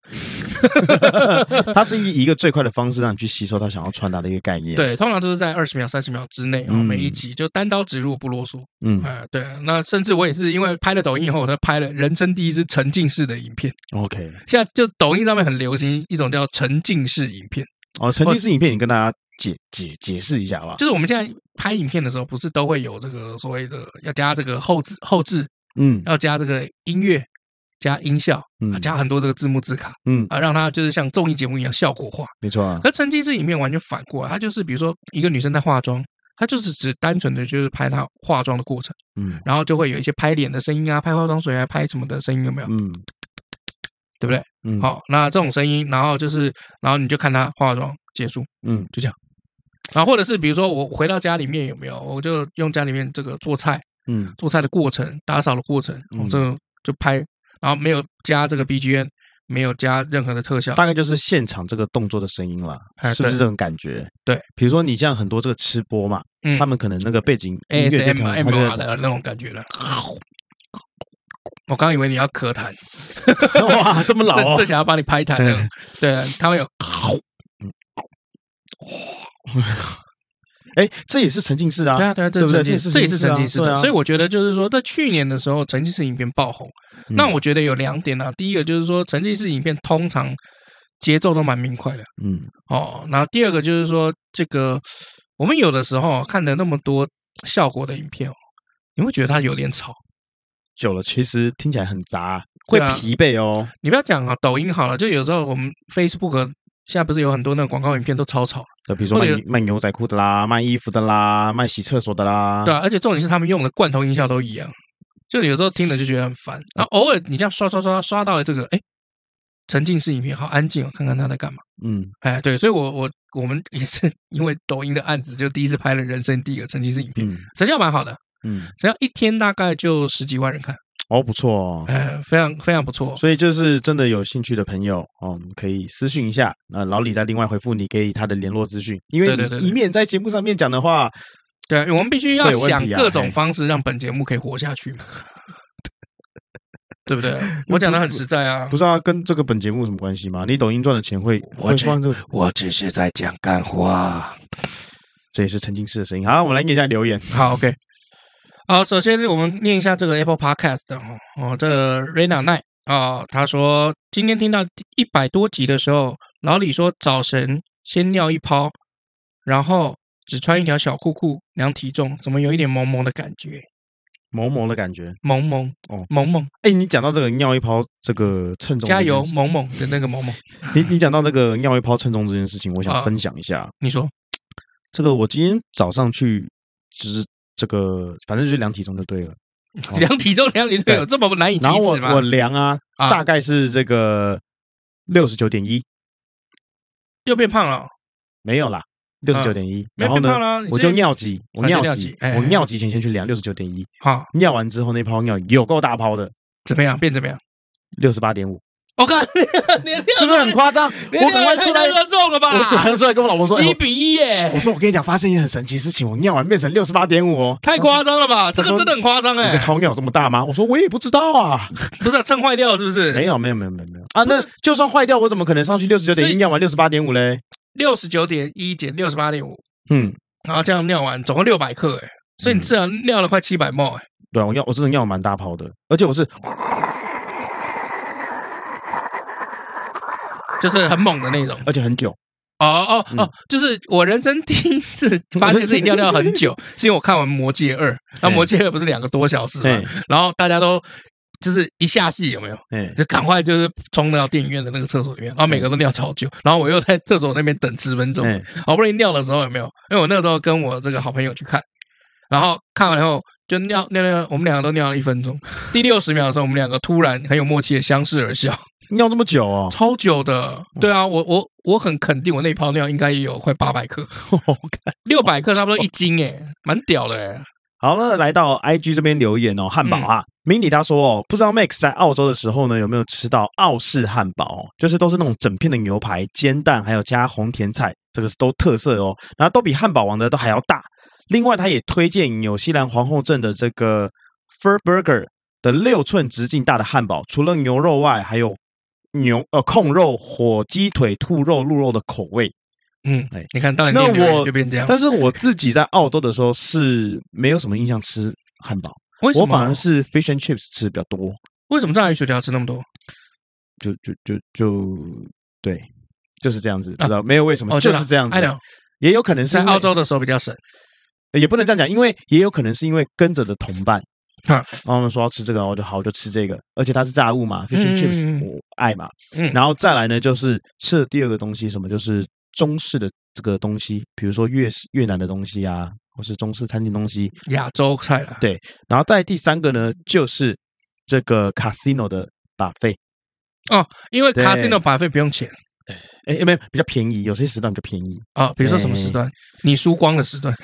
它是以一个最快的方式让你去吸收他想要传达的一个概念。，对，通常都是在二十秒、三十秒之内啊，嗯每一集就单刀直入，不啰嗦。嗯，哎、对，那甚至我也是因为拍了抖音以后，我才拍了人生第一支沉浸式的影片。 OK，现在就抖音上面很流行一种叫沉浸式影片，哦，沉浸式影片，你跟大家解解解释一下吧。就是我们现在拍影片的时候，不是都会有这个所谓的要加这个后置后置，嗯要加这个音乐。加音效，啊嗯加很多这个字幕字卡嗯，啊，让它就是像综艺节目一样效果化。没错啊。可沉浸式影片完全反过来，它就是比如说一个女生在化妆，她就是只单纯的就是拍她化妆的过程，嗯然后就会有一些拍脸的声音啊，拍化妆水啊，拍什么的声音有没有？嗯对不对？嗯，，好，那这种声音，然后就是，然后你就看她化妆结束，嗯就这样。然后或者是比如说我回到家里面有没有，我就用家里面这个做菜、嗯做菜的过程、打扫的过程，我、嗯这个就拍，然后没有加这个 BGM，没有加任何的特效，大概就是现场这个动作的声音啦，哎是不是对这种感觉？对，比如说你像很多这个吃播嘛，嗯啊他们可能那个背景音乐就 ASM 调 r 它就在的那种感觉了。我刚以为你要咳痰，啊 哇，这么老正哦正，想要帮你拍痰呢。对，他会有哎，这也是沉浸式啊对，啊，对啊，这对不对沉浸这也是式，这也是沉沉浸浸式式啊对的。啊所以我觉得就是说，在去年的时候，沉浸式影片爆红。嗯那我觉得有两点啊，第一个就是说，沉浸式影片通常节奏都蛮明快的嗯哦。然后第二个就是说，这个我们有的时候看了那么多效果的影片哦，你会觉得它有点吵。久了其实听起来很杂，会对啊疲惫哦。你不要讲啊，抖音好了，就有时候我们 Facebook 啊现在不是有很多那个广告影片都超吵，呃，比如说或卖者卖牛仔裤的啦，卖衣服的啦，卖洗厕所的啦，对、啊，而且重点是他们用的罐头音效都一样，就有时候听了就觉得很烦。然后偶尔你这样刷刷刷刷到了这个，哎，沉浸式影片好安静哦，看看他在干嘛。嗯，哎，对，所以我我我们也是因为抖音的案子，就第一次拍了人生第一个沉浸式影片，嗯成效蛮好的，嗯，只要一天大概就十几万人看，哦，不错哦。哎，非常非常不错。所以就是真的有兴趣的朋友哦，你可以私讯一下，那老李再另外回复你给他的联络资讯，因为对对对你对啊以免在节目上面讲的话，对，我们必须要会有问想题啊各嘿种方式让本节目可以活下去嘛，对不对？我讲的很实在啊不，知道跟这个本节目有什么关系吗？你抖音赚的钱会我会只放这个，我只是在讲干话。这也是沉浸式的声音。好，我们来念一下留言。好，OK。好，首先我们念一下这个 Apple Podcast 的哦，哦，这个 Rena 奈啊，他说今天听到一百多集的时候，老李说早晨先尿一泡，然后只穿一条小裤裤量体重，怎么有一点萌萌的感觉？萌萌的感觉萌萌哦萌萌，哎，你讲到这个尿一泡这个称重，加油！萌萌的那个萌萌，你你讲到这个尿一泡称重这件事情，我想啊分享一下。你说这个我今天早上去，就是这个，反正就是量体重就对了。哦量体重量体重有这么难以启然后我齿吗？我量啊，啊大概是这个六十九点一，又变胖了，没有啦，六十九点一。啊没然有后变呢胖，了，你我这就尿急，我啊就尿尿急急，哎我哎尿急前先去量六十九点一，好尿完之后那泡尿有够大泡的，怎么样？变怎么样？六十八点五，我 靠，你是不是很夸张？你我赶快出来，太重了吧我赶快出来跟我老婆说，哎一我比一耶我，说我跟你讲，发生一件很神奇的事情，我尿完变成六十八点五哦。太夸张了吧？这说个真的很夸张你这哎，泡尿有这么大吗？我说我也不知道啊，不是啊撑坏掉是不没是？有没有没有没有没有啊，那就算坏掉，我怎么可能上去六十九点所一以尿完六十八点五嘞？六十九点一减六十八点五，嗯，然后这样尿完总共六百克哎，所以你至少尿了快七百沫哎，对啊，我尿我真的尿蛮大泡的，而且我是就是很猛的那种。而且很久，哦哦嗯哦，就是我人生第一次发现自己尿尿很 久，是因为我看完《魔戒二》，那《魔戒二》不是两个多小时哎嘛，然后大家都就是一下戏有没有？ 哎，就赶快就是冲到电影院的那个厕所里面，然后每个都尿超久，然后我又在厕所那边等十分钟，哎好不容易尿的时候有没有？因为我那个时候跟我这个好朋友去看，然后看完以后就尿尿尿，我们两个都尿了一分钟。第六十秒的时候，我们两个突然很有默契的相视而笑，尿这么久哦，超久的。对啊，我我我很肯定，我那泡尿应该也有快八百克， 我看六百克差不多一斤诶，蛮屌的诶。好了，那来到 IG 这边留言哦，汉堡啊，明理他说哦，不知道 Max 在澳洲的时候呢，有没有吃到澳式汉堡、哦？就是都是那种整片的牛排、煎蛋，还有加红甜菜，这个是都特色哦，然后都比汉堡王的都还要大。另外，他也推荐纽西兰皇后镇的这个 Fur Burger 的六寸直径大的汉堡，除了牛肉外，还有牛呃控肉、火鸡腿、兔肉、鹿肉的口味。嗯哎，你看到底那念留言我就变这样，但是我自己在澳洲的时候是没有什么印象吃汉堡。为什我么？啊反而是 fish and chips 吃的比较多，为什么炸鱼薯条吃那么多？就就就就对，就是这样子，不知道没有为什么，哦嗯就对了是这样子 I know。也有可能是在因为澳，洲的时候比较省。也不能这样讲，因为也有可能是因为跟着的同伴，哈然后他们说要吃这个，我就好，我就吃这个，而且它是炸物嘛，fish and 嗯 chips 嗯嗯我爱嘛，嗯然后再来呢就是吃的第二个东西什么，就是中式的这个东西，比如说越式越南的东西啊，或是中式餐厅东西，亚洲菜啦，对然后再第三个呢就是这个 casino 的 buffet。哦，因为对 casino 把费不用钱哎、没有比较便宜，有些时段比较便宜。啊、比如说什么时段，你输光的时段。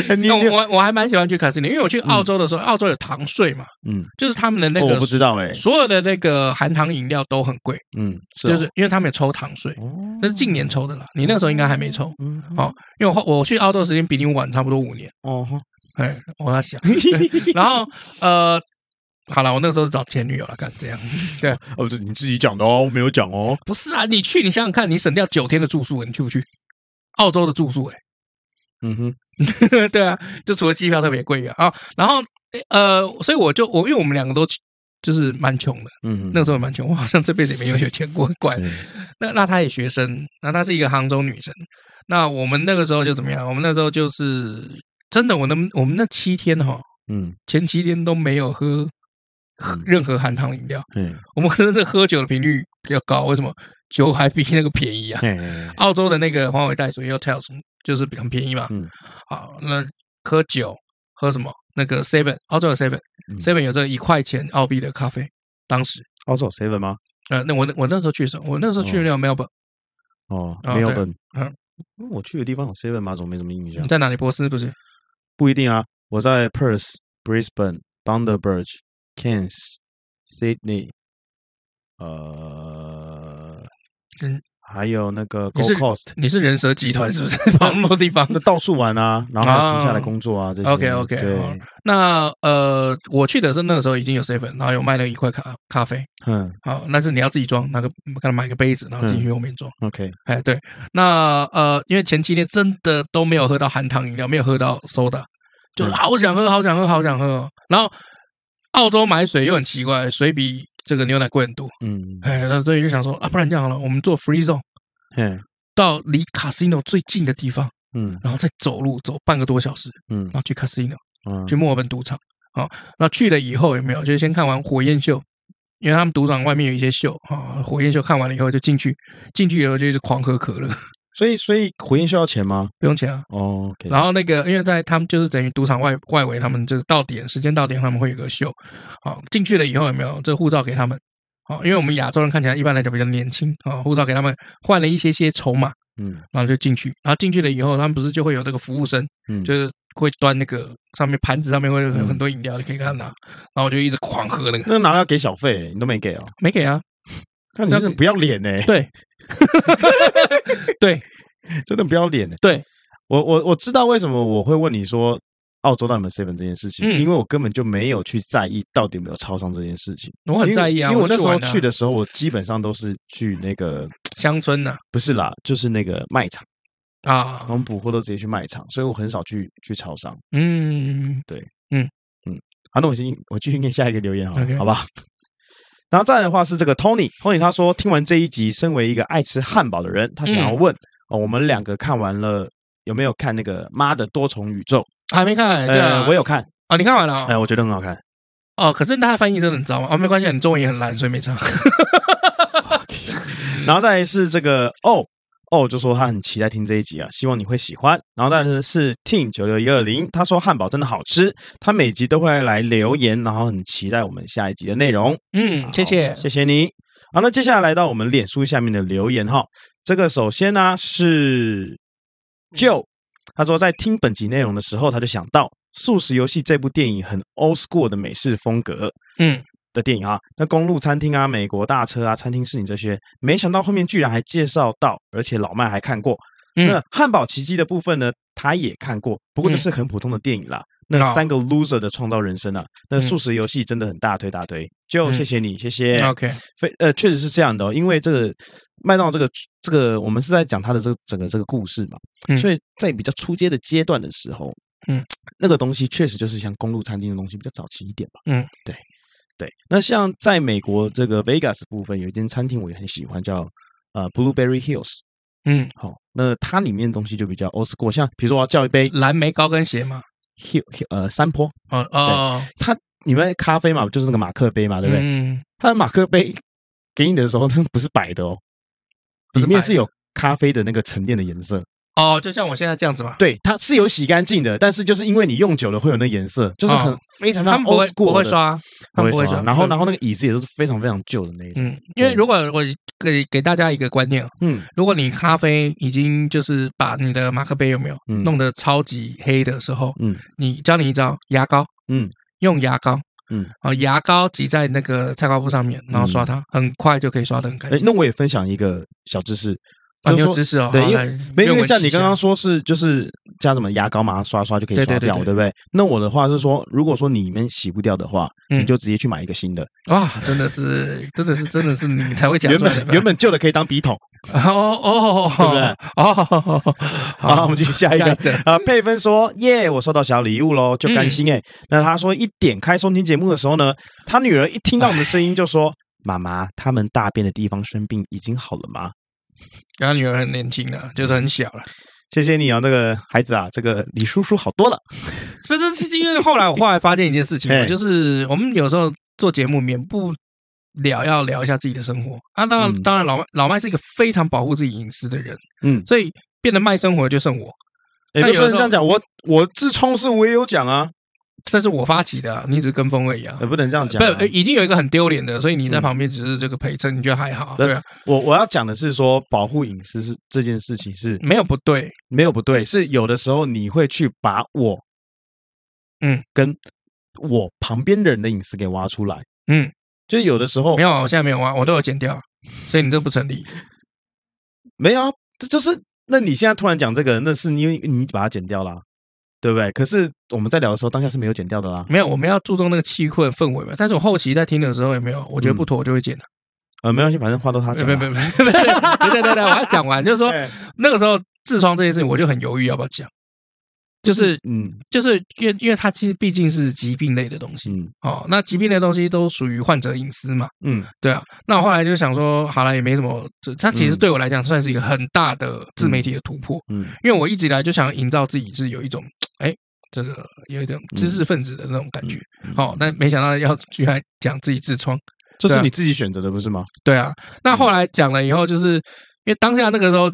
你那你我我还蛮喜欢去 casino，因为我去澳洲的时候，澳洲有糖税嘛，嗯，就是他们的那哦个、我不知道哎、所有的那个含糖饮料都很贵，嗯，是哦、就是因为他们有抽糖税，哦，那是近年抽的啦。你那个时候应该还没抽，嗯哦因为我后我去澳洲的时间比你晚差不多五年。哦哈哎，我要 想，然后呃，好了，我那个时候是找前女友了，干这样。哦，这你自己讲的哦，我没有讲哦。不是啊，你去，你想想看，你省掉九天的住宿，你去不去？澳洲的住宿、欸， 嗯哼，对啊，就除了机票特别贵以外啊，然后呃，所以我就我因为我们两个都就是蛮穷的，嗯哼，那个时候蛮穷，我好像这辈子也没有有钱过，很怪。对那那她也学生，那她是一个杭州女生。那我们那个时候就怎么样？我们那时候就是真的，我那我们那七天哈、嗯前七天都没有喝喝任何含糖饮料。嘿我们可能是喝酒的频率比较高，为什么？酒还比那个便宜啊！嘿嘿，澳洲的那个黄尾袋鼠 Hotels 就是比较便宜嘛。嗯，好，那喝酒喝什么？那个 Seven，澳洲有 Seven，Seven、嗯 7-Eleven 有这一块钱澳币的咖啡。当时，澳洲哦 seven 吗？呃，那我那我那时候去的时候，我那时候去了 Melbourne，、哦，哦没有对本。嗯我去的地方有 seven 吗？怎么没什么印象你？在哪里？波斯不是？不一定啊，我在 Perth、Brisbane、Bundaberg、Cairns、Sydney，呃，嗯还有那个你 Gold 是 Coast，你是人蛇集团是不是？ 跑那么多地方那？到处玩啊，然后还有停下来工作啊，这些。 OK，OK，好对，那呃，我去的时候那个时候已经有 Seven，然后有卖了一块咖咖啡，嗯好，但是你要自己装，那个看买个杯子，然后自己去后面装。 ，OK，哎，对，那呃，因为前七天真的都没有喝到含糖饮料，没有喝到 soda，就是嗯好想喝，好想喝，好想喝哦。然后澳洲买水又很奇怪，水比这个牛奶贵很多。嗯，哎，那所以就想说啊，不然这样好了，我们做 free zone 嘿，到离 casino 最近的地方，嗯然后再走路走半个多小时，嗯然后去 casino 嗯去，墨尔本赌场。好，那去了以后有没有？就是先看完火焰秀，因为他们赌场外面有一些秀啊，火焰秀看完了以后就进去，进去以后就是狂喝可乐，所以所以回应需要钱吗？不用钱啊。哦，OK，然后那个，因为在他们就是等于赌场外外围，他们这个到点时间到点，他们会有个秀。好，进去了以后有没有这个护照给他们？好，因为我们亚洲人看起来一般来讲比较年轻啊，护照给他们换了一些些筹码，嗯然后就进去。然后进去了以后，他们不是就会有这个服务生，嗯，就是会端那个上面盘子上面会有嗯很多饮料，你可以给他拿。然后我就一直狂喝那个，那拿到给小费，你都没给哦，没给啊，看你真的不要脸欸呢，对，对， 真的不要脸呢。欸对，我我我知道为什么我会问你说澳洲到底有没有 seven 这件事情，嗯因为我根本就没有去在意到底有没有超商这件事情，我很在意啊，因为因为我那时候玩啊去的时候，我基本上都是去那个乡村呐不是啦，就是那个卖场，啊我，们补货都直接去卖场，所以我很少去去超商。嗯，好，那我先我继续念下一个留言好了 OK 好吧？然后再来的话是这个 Tony，Tony 他说听完这一集，身为一个爱吃汉堡的人，他想要嗯问、哦，我们两个看完了有没有看那个《妈的多重宇宙》？还没看，对啊呃，我有看，啊，你看完了啊哎、？我觉得很好看。哦，可是他的翻译真的很糟嘛？哦，没关系，你中文也很烂，所以没差。然后再来是这个哦哦，就说他很期待听这一集啊，希望你会喜欢。然后再来是 Team 九六一二零，他说汉堡真的好吃，他每集都会来留言，然后很期待我们下一集的内容。嗯，谢谢啊好。谢谢你。好，那接下来到我们脸书下面的留言哈，这个首先呢、是嗯 Joe，他说在听本集内容的时候，他就想到《素食游戏》这部电影很 old school 的美式风格，嗯，的电影啊，那公路餐厅啊、美国大车啊、餐厅侍女这些，没想到后面居然还介绍到，而且老麦还看过。嗯那汉堡奇迹的部分呢，他也看过，不过就是很普通的电影啦。那哦三个 loser 的创造人生啊，那嗯素食游戏真的很大推大推，就嗯谢谢你，谢谢。 OK，非呃，确实是这样的、哦，因为这个麦当劳这个这个，我们是在讲它的这个整个这个故事嘛，嗯所以在比较初阶的阶段的时候，嗯，那个东西确实就是像公路餐厅的东西比较早期一点吧，嗯，对对。那像在美国这个 Vegas 部分，有一间餐厅我也很喜欢，叫呃 Blueberry Hills，嗯，好、那它里面的东西就比较 old school，像比如说我要叫一杯蓝莓高跟鞋嘛。 hill, hill 呃山坡，哦哦，它里面咖啡嘛，就是那个马克杯嘛，对不对？嗯，它的马克杯给你的时候，那不是白的哦，不里是白的面是有咖啡的那个沉淀的颜色。哦，就像我现在这样子嘛。对，它是有洗干净的，但是就是因为你用久了会有那颜色，就是很、哦非常非他常们不会 old 不 school 会的刷，啊不他会们不会刷啊刷。嗯然后对然后那个椅子也都是非常非常旧的那一种。嗯，因为如果我给给大家一个观念哦，嗯如果你咖啡已经就是把你的马克杯有没有嗯弄得超级黑的时候，嗯你教你一招牙膏，嗯，用牙膏，嗯，啊，牙膏挤在那个菜瓜布上面，然后刷它，很快就可以刷得很干哎、净。那我也分享一个小知识，哎就啊，你是有说知识哦，对好因为来没有愿因为闻像其你刚详刚说是就是加什么牙膏，马上刷刷就可以对刷对对掉，对对不对？那我的话是说，如果说你里面洗不掉的话，嗯你就直接去买一个新的，哇，真的是，真的是，真的是你们才会讲原出来的本吧。原本旧的可以当笔筒。哦哦，对不对哦，好，我们继续下一下一个则。啊，佩芬说：“耶，我收到小礼物喽，就甘心嗯哎。”那她说一点开收听节目的时候呢，她女儿一听到我们的声音就说：“妈妈，他们大便的地方生病已经好了吗然后女儿很年轻啊，就是很小了。？”谢谢你啊，那个孩子啊，这个李叔叔好多了。不是，是因为后来我后来发现一件事情嘛，哎就是我们有时候做节目免不了要聊一下自己的生活啊。当然，嗯当然老麦老麦是一个非常保护自己隐私的人，嗯，所以变得卖生活的就剩我，也那不有能的时这候样讲，我我自充是我也有讲啊，这是我发起的啊、你只是跟风而已啊也。不能这样讲啊。不，已经有一个很丢脸的，所以你在嗯旁边只是这个陪衬，你觉得还好？对对啊，我我要讲的是说，保护隐私是这件事情是没有不对，没有不对，是有的时候你会去把我，嗯，跟我旁边的人的隐私给挖出来，嗯，就有的时候没有，我现在没有啊，我都有剪掉，所以你这不成立。没有啊，这就是那你现在突然讲这个，那是因为你把它剪掉啦，对不对？可是我们在聊的时候，当下是没有剪掉的啦，没有，我们要注重那个气氛氛围嘛。但是我后期在听的时候也没有，我觉得不妥，我就会剪了。呃，没关系，反正话都他别讲了，别别别别别别别别！我要讲完，就是说哎那个时候痔疮这件事情，我就很犹豫要不要讲，就是嗯就是因为因为它其实毕竟是疾病类的东西嗯哦，那疾病类的东西都属于患者隐私嘛，嗯，对啊。那我后来就想说，好了，也没什么，这它其实对我来讲算是一个很大的自媒体的突破，嗯因为我一直以来就想营造自己是有一种，哎，这个有一种知识分子的那种感觉。嗯好、但没想到要居然讲自己痔疮。这对是啊你自己选择的，不是吗？对啊，那嗯后来讲了以后，就是因为当下那个时候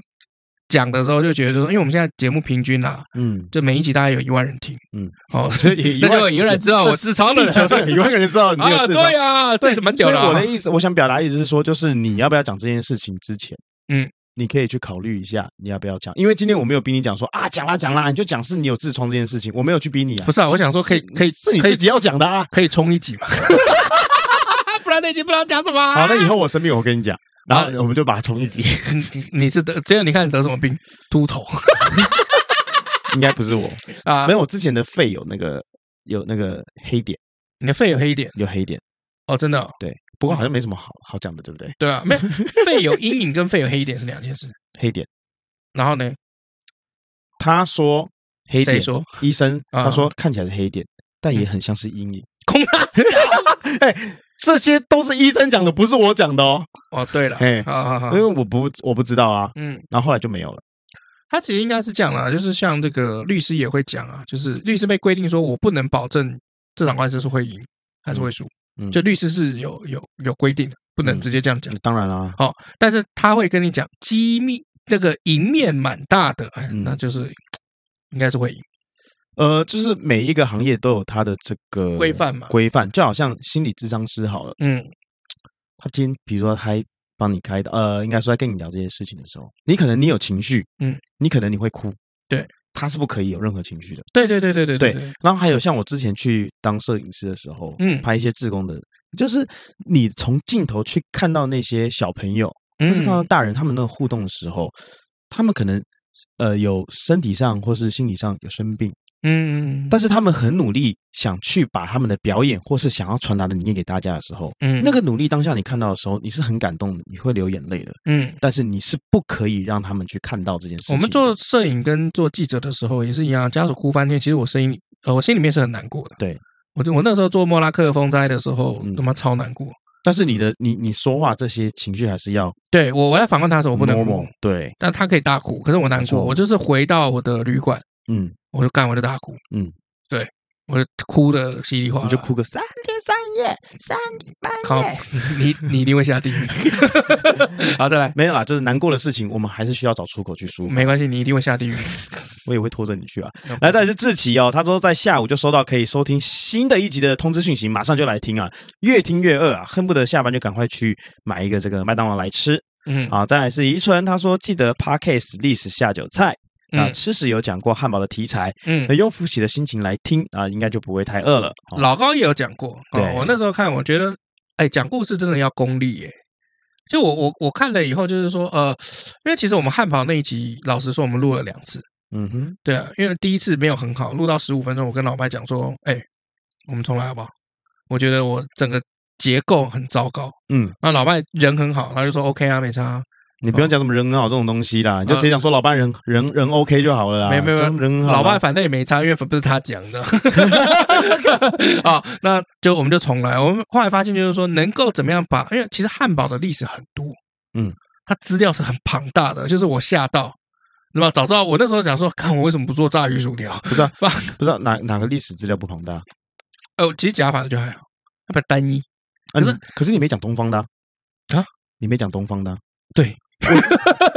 讲的时候，就觉得就是因为我们现在节目平均啊， 嗯，就每一集大概有一万人听，嗯，哦， 所以那就有人知道我是痔疮的地人球上有一万个人知道你这个啊，痔疮对啊，这对，是蛮屌的、所以我啊的。意思，我想表达意思是说，就是你要不要讲这件事情之前，嗯，你可以去考虑一下你要不要讲，因为今天我没有逼你讲说啊，讲啦讲啦，你就讲是你有痔疮这件事情，我没有去逼你啊不，是啊，我想说可以是可以是你可以自己要讲的啊。可以冲一集 嘛， 不然那集不知道讲什么、啊。好，那以后我生病我跟你讲，然后啊我们就把它重 一集，你你你是得，啊这样你看你得什么病？秃头应该不是我，啊没，有，我之前的肺有那个有那个黑点，你的肺有黑点有黑点，哦，真的、哦。对，不过好像没什么好好讲的，对不对？对啊， 没有肺有阴影跟肺有黑点是两件事。黑点，然后呢，他说黑谁点，说医生啊嗯他说看起来是黑点，但也很像是阴影。 空大小？ 哎，这些都是医生讲的，不是我讲的哦，哦，对 了，嘿哎好好好因，为我不我不知道啊。嗯，然后后来就没有了。他其实应该是这样啦，就是像这个律师也会讲啊，就是律师被规定说我不能保证这场官司是会赢还是会输，嗯嗯就律师是有有有规定的，不能嗯直接这样讲。当然啦、哦，但是他会跟你讲机密那个赢面蛮大的，哎，嗯那就是应该是会赢。呃，就是每一个行业都有它的这个规范嘛规范就好像心理智商师好了，嗯，他今天比如说他帮你开的，呃，应该说在跟你聊这些事情的时候，你可能你有情绪，嗯，你可能你会哭，对，他是不可以有任何情绪的。对对对对对对，然后还有像我之前去当摄影师的时候，嗯拍一些志工的，就是你从镜头去看到那些小朋友，或是看到嗯，大人他们那个互动的时候，他们可能呃有身体上或是心理上有生病，嗯，但是他们很努力想去把他们的表演或是想要传达的理念给大家的时候，嗯那个努力当下你看到的时候，你是很感动的，你会流眼泪的。嗯。但是你是不可以让他们去看到这件事情的。我们做摄影跟做记者的时候也是一样，啊家属哭翻天，其实我声音，呃，我心里面是很难过的。对，我就我那时候做莫拉克风灾的时候嗯，他妈超难过。但是你的你你说话这些情绪还是要对我我在访问他的时候，我不能哭 normal，，对，但他可以大哭，可是我难没过。错我就是回到我的旅馆，嗯，我就干我就大哭。嗯，对，我就哭的稀里哗啦，你就哭个三天三夜，三天半靠夜。，你你一定会下 地狱。好，再来，没有啦，就是难过的事情，我们还是需要找出口去抒发。没关系，你一定会下地狱。我也会拖着你去啊。来，再来是志奇哦，他说在下午就收到可以收听新的一集的通知讯息，马上就来听啊，越听越饿啊，恨不得下班就赶快去买一个这个麦当劳来吃。嗯，好，再来是宜春，他说记得 Parkes 历史下酒菜。啊，嗯吃史有讲过汉堡的题材，嗯那，用复习的心情来听啊，应该就不会太饿了。哦老高也有讲过，哦对，我那时候看，我觉得，哎，讲故事真的要功力耶。就我我我看了以后，就是说，呃，因为其实我们汉堡那一集，老实说，我们录了两次，嗯哼，对啊，因为第一次没有很好，录到十五分钟，我跟老白讲说，哎，我们重来好不好？我觉得我整个结构很糟糕。嗯，那老白人很好，他就说 OK 啊，没差、啊。你不用讲什么人很好这种东西啦，你就直接讲说老伴人人人 OK 就好了啦。嗯没有没有讲人很好啦，老外反正也没差，因为不是他讲的。啊，那就我们就重来。我们后来发现就是说，能够怎么样把，因为其实汉堡的历史很多，嗯，它资料是很庞大的，就是我吓到。那么早知道我那时候讲说，看我为什么不做炸鱼薯条？不是啊哇，不是啊哪哪个历史资料不庞啊大？哦，其实假法的就还好，它比较单一。可是可啊是你没讲东方的啊啊，你没讲东方的啊，对，？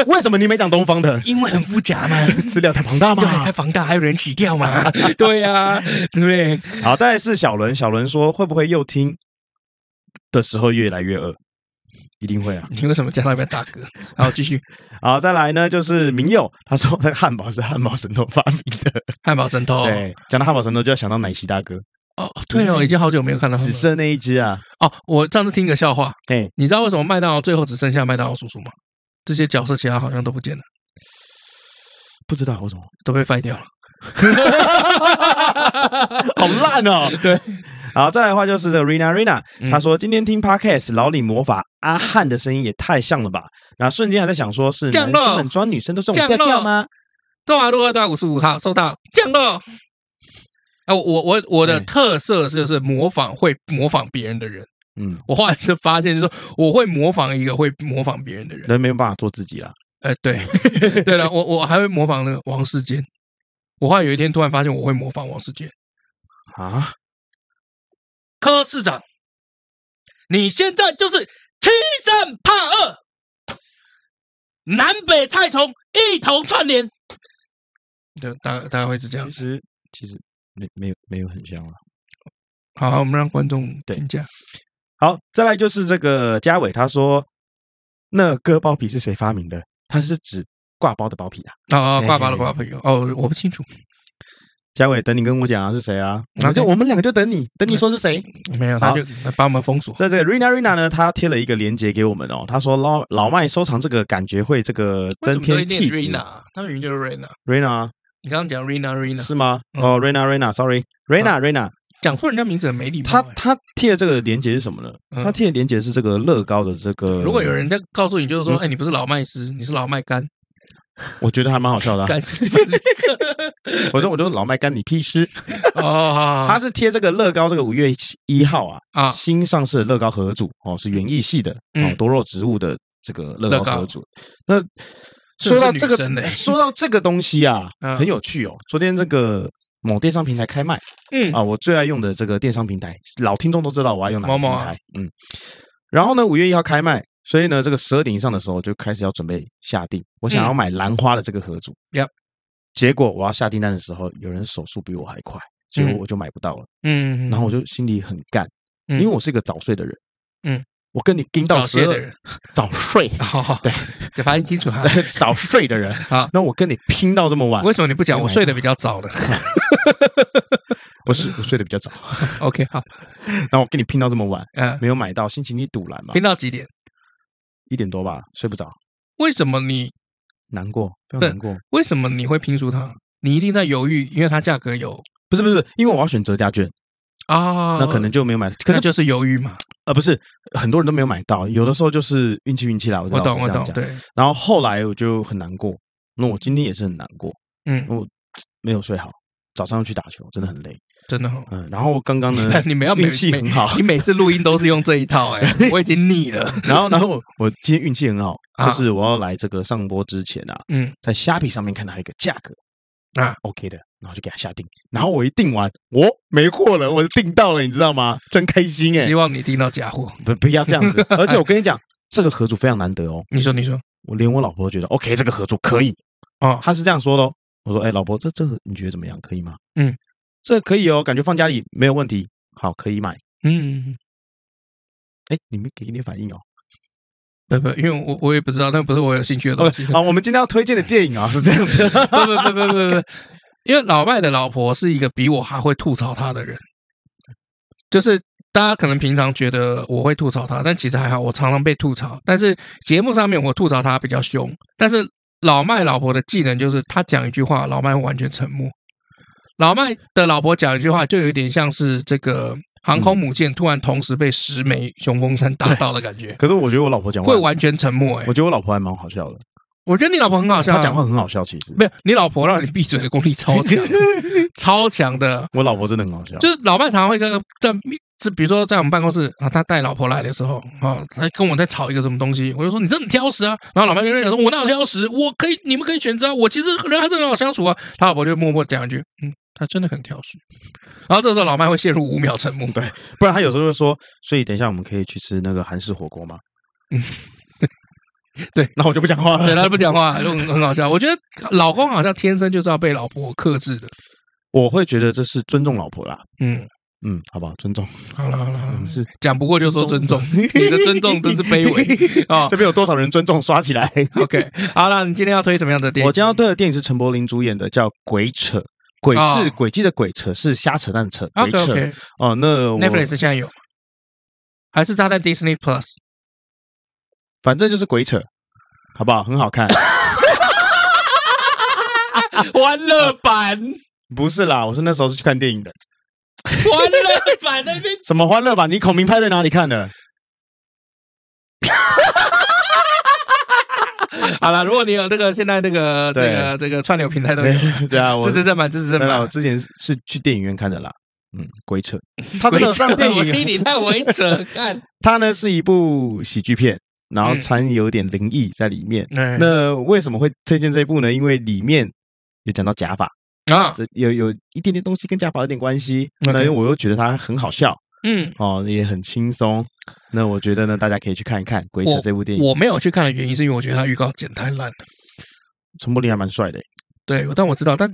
为 什么你没讲东方的因为很复杂 嘛，资料太庞大对，太嘛。房大还有人起跳嘛，对呀，对不对？好，再来是小伦，小伦说会不会又听的时候越来越饿？一定会啊。你为什么讲到一半大哥？好，继续好，再来呢就是明佑，他说那个汉堡是汉堡神偷发明的。汉堡枕头。对，讲到汉堡神偷就要想到奶昔大哥，哦，对哦，已经好久没有看到他紫们了。色那一只啊。哦，我上次听个笑话，嘿，你知道为什么麦当劳最后只剩下麦当劳叔叔吗？这些角色其他好像都不见了，不知道为什 么，都被废掉了。好烂哦。 对，好，再来的话就是这个 Rina Rina，嗯他说今天听 Podcast 老李魔法阿汉的声音也太像了吧，然后瞬间还在想说是降男落生们装女生都是这种降调落调吗？中华路二段五十五号收到，降落。哎、我我我的嗯特色是就是模仿会模仿别人的人，嗯，我后来就发现，就是说我会模仿一个会模仿别人的人。人没有办法做自己啦。哎、对， 对了，我我还会模仿那个王世坚。我后来有一天突然发现我会模仿王世坚，啊，柯市长，你现在就是欺善怕恶，南北菜虫一同串联。对，大大概会是这样其子。实其实没没有没有很像啊啦。好，我们让观众对评价。好，再来就是这个嘉伟，他说那割包皮是谁发明的？他是指挂包的包皮啊。啊，挂包嘿嘿嘿了，挂包朋友。哦，我不清楚，嘉伟，等你跟我讲啊，是谁啊？我 们就 OK 我们两个就等你，等你说是谁。没有，他就把我们封锁。 在这个 Rina Rina 呢，他贴了一个链接给我们哦，他说老老麦收藏这个感觉会这个增添气为质什么都会念。Rina，他啊们名就是 Rina。 Rina 啊你刚刚讲 Rina Rina，是吗？嗯啊哦，Rina Rina，sorry，Rina Rina，讲错人家名字很没礼貌。他哎他贴的这个链接是什么呢？嗯他贴的链接是这个乐高的这个。如果有，人在告诉你，就是说，哎，你不是老麦师，你是老麦干我觉得还蛮好笑的啊。干师。我说我就老麦干你屁事。 哦好，好好他是贴这个乐高这个五月一号啊啊新上市的乐高合组哦，是园艺系的哦嗯多肉植物的这个乐乐高高合组。那这说到是这女生个 嘞说到这个东西啊，嗯很有趣哦。昨天这个某电商平台开卖嗯啊，我最爱用的这个电商平台，老听众都知道我爱用哪个某平某啊台。嗯，然后呢，五月一号开卖。所以呢，这个十二点以上的时候就开始要准备下定。我想要嗯买兰花的这个合组 Yep 结果我要下订单的时候，有人手速比我还快，所以我就买不到了。嗯，然后我就心里很干，嗯因为我是一个早睡的人。嗯，我跟你盯到早十泄的二 人，早 睡哦， 对，就发音清楚哈。早睡的人好那我跟你拼到这么晚， 为什么你不讲？没啊我买睡得比较早 的。我是我睡得比较早， OK，好，然后我跟你拼到这么晚，嗯，没有买到，心情你堵然嘛拼，到几点？一点多吧，睡不着，为什么你难过，不要对难过。为什么你会拼出它？你一定在犹豫，因为它价格有不是不是，因为我要选折价券，啊，那可能就没有买。哦可那是就是犹豫嘛。呃，不是很多人都没有买到，有的时候就是运气运气啦。我我懂，我我懂，对，然后后来我就很难过，那我今天也是很难过，嗯，我没有睡好，早上要去打球，真的很累。真的哦。，嗯，然后刚刚呢 你们要每 运气每很好你每次录音都是用这一 套哎、我已经腻了。然后然后我我今天运气很好，啊就是我要来这个上播之前啊，嗯在虾皮上面看到一个价格啊 OK 的，然后就给它下定，然后我一定完，我没货了，我定到了，你知道吗？真开心哎、希望你听到假货。不不要这样 子，而且我跟你讲，这个合组非常难得哦，你说，你说，我连我老婆都觉得 OK，这个合组可以，哦，她是这样说的、哦，我说哎、老婆，这这个你觉得怎么样？可以吗？嗯，这可以哦，感觉放家里没有问题，好可以买。嗯，哎，你们给一点反应哦。不不，因为我我也不知道，那不是我有兴趣的东 OK，西。好，我们今天要推荐的电影啊是这样子， 不不不不不不，因为老麦的老婆是一个比我还会吐槽他的人，就是大家可能平常觉得我会吐槽他，但其实还好，我常常被吐槽。但是节目上面我吐槽他比较凶，但是老麦老婆的技能就是他讲一句话，老麦完全沉默。老麦的老婆讲一句话，就有点像是这个航空母舰突然同时被十枚雄风山打到的感觉，可是我觉得我老婆讲话会，完全沉默、欸。我觉得我老婆还蛮好笑的，我觉得你老婆很好笑啊，她讲话很好笑。其实没有你老婆让你闭嘴的功力超强，超强的。我老婆真的很好笑，就是老麦常常会跟在这，比如说在我们办公室啊，他带老婆来的时候啊，他跟我在吵一个什么东西，我就说你真的挑食啊。然后老麦就在讲说，我哪有挑食，我可以，你们可以选择啊，我其实人还是很好相处啊。他老婆就默默讲一句，嗯，他真的很挑食。然后这时候老麦会陷入五秒沉默。对不然她有时候会说，所以等一下我们可以去吃那个韩式火锅吗？嗯， 对，那我就不讲话对，了。他不讲话，就很很好笑。我觉得老公好像天生就是要被老婆克制的。我会觉得这是尊重老婆啦，嗯，嗯，好不好？尊重，好了好了好我了们，是讲不过就说尊重，你的尊重都是卑 。微啊这边有多少人尊重刷起来？ OK，好了，你今天要推什么样的电影？我今天要对的电影是陈柏霖主演的，叫《鬼扯》，鬼是哦轨迹的鬼，扯是瞎扯淡的扯，鬼 OK 扯。 OK 哦，那我 Netflix 现在有，还是它在 Disney Plus？ 反正就是鬼扯，好不好？很 好看，欢乐版，不是啦，我是那时候是去看电影的。欢乐版在那边什么欢乐吧？你孔明拍在哪里看的？ 好了，如果你有这个现在这个这对个这个串流平台都有，对啊，我 支持正版，支持正对啦，我版。之前是去电影院看的啦。嗯，鬼扯， 他真的上电我听影，啊你太猥琐， 看，他呢是一部喜剧片，然后嗯掺有点灵异在里面。那那为什么会推荐这一部呢？因为里面有讲到假发，啊，这有有一点点东西跟假发有点关系。那 OK 因为我又觉得它很好笑嗯，哦，也很轻松。那我觉得呢，大家可以去看一看《鬼扯》这部电影。嗯我没有去看的原因是因为我觉得它预告剪太烂了。陈柏霖还蛮帅 的欸，对，但我知道，但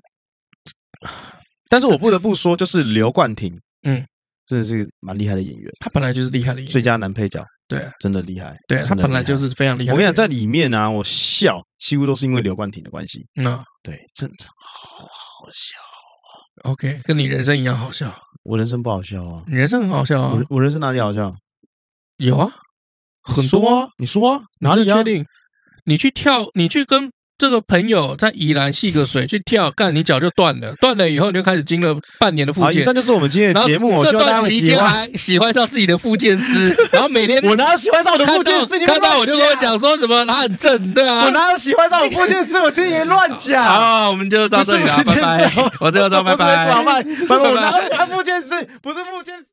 但是我不得不说，就是刘冠廷，嗯，真的是蛮厉害的演员，他本来就是厉害的演员，最佳男配角对真的厉害。对，他真的本来厉害就是非常厉害我跟的你演讲，员。在里面呢、我笑几乎都是因为刘冠廷的关系。那对，真的好好笑， OK，跟你人生一样好笑，我人生不好笑啊，你人生很好笑啊我，我人生哪里好笑？有啊，很你说多啊啊，你说啊，哪你里确啊？定？你去跳，你去跟这个朋友在宜兰戏个水去跳，干你脚就断了，断了以后你就开始经了半年的复好，以健。啊上就是我们今天然的后节目，我这希望大家段会期喜间欢。还喜欢上自己的复健师， 然后每天我哪有喜欢上我的看附到件师？你看到乱我就跟我讲说什么他很正，对讲，我啊。哪有喜欢上我附件师？我今天乱讲。好，我们就到这里了，不是拜附件师拜。我这个到我拜不是拜 老。麦，反正我拜拜哪有喜欢附件师？不是附件师。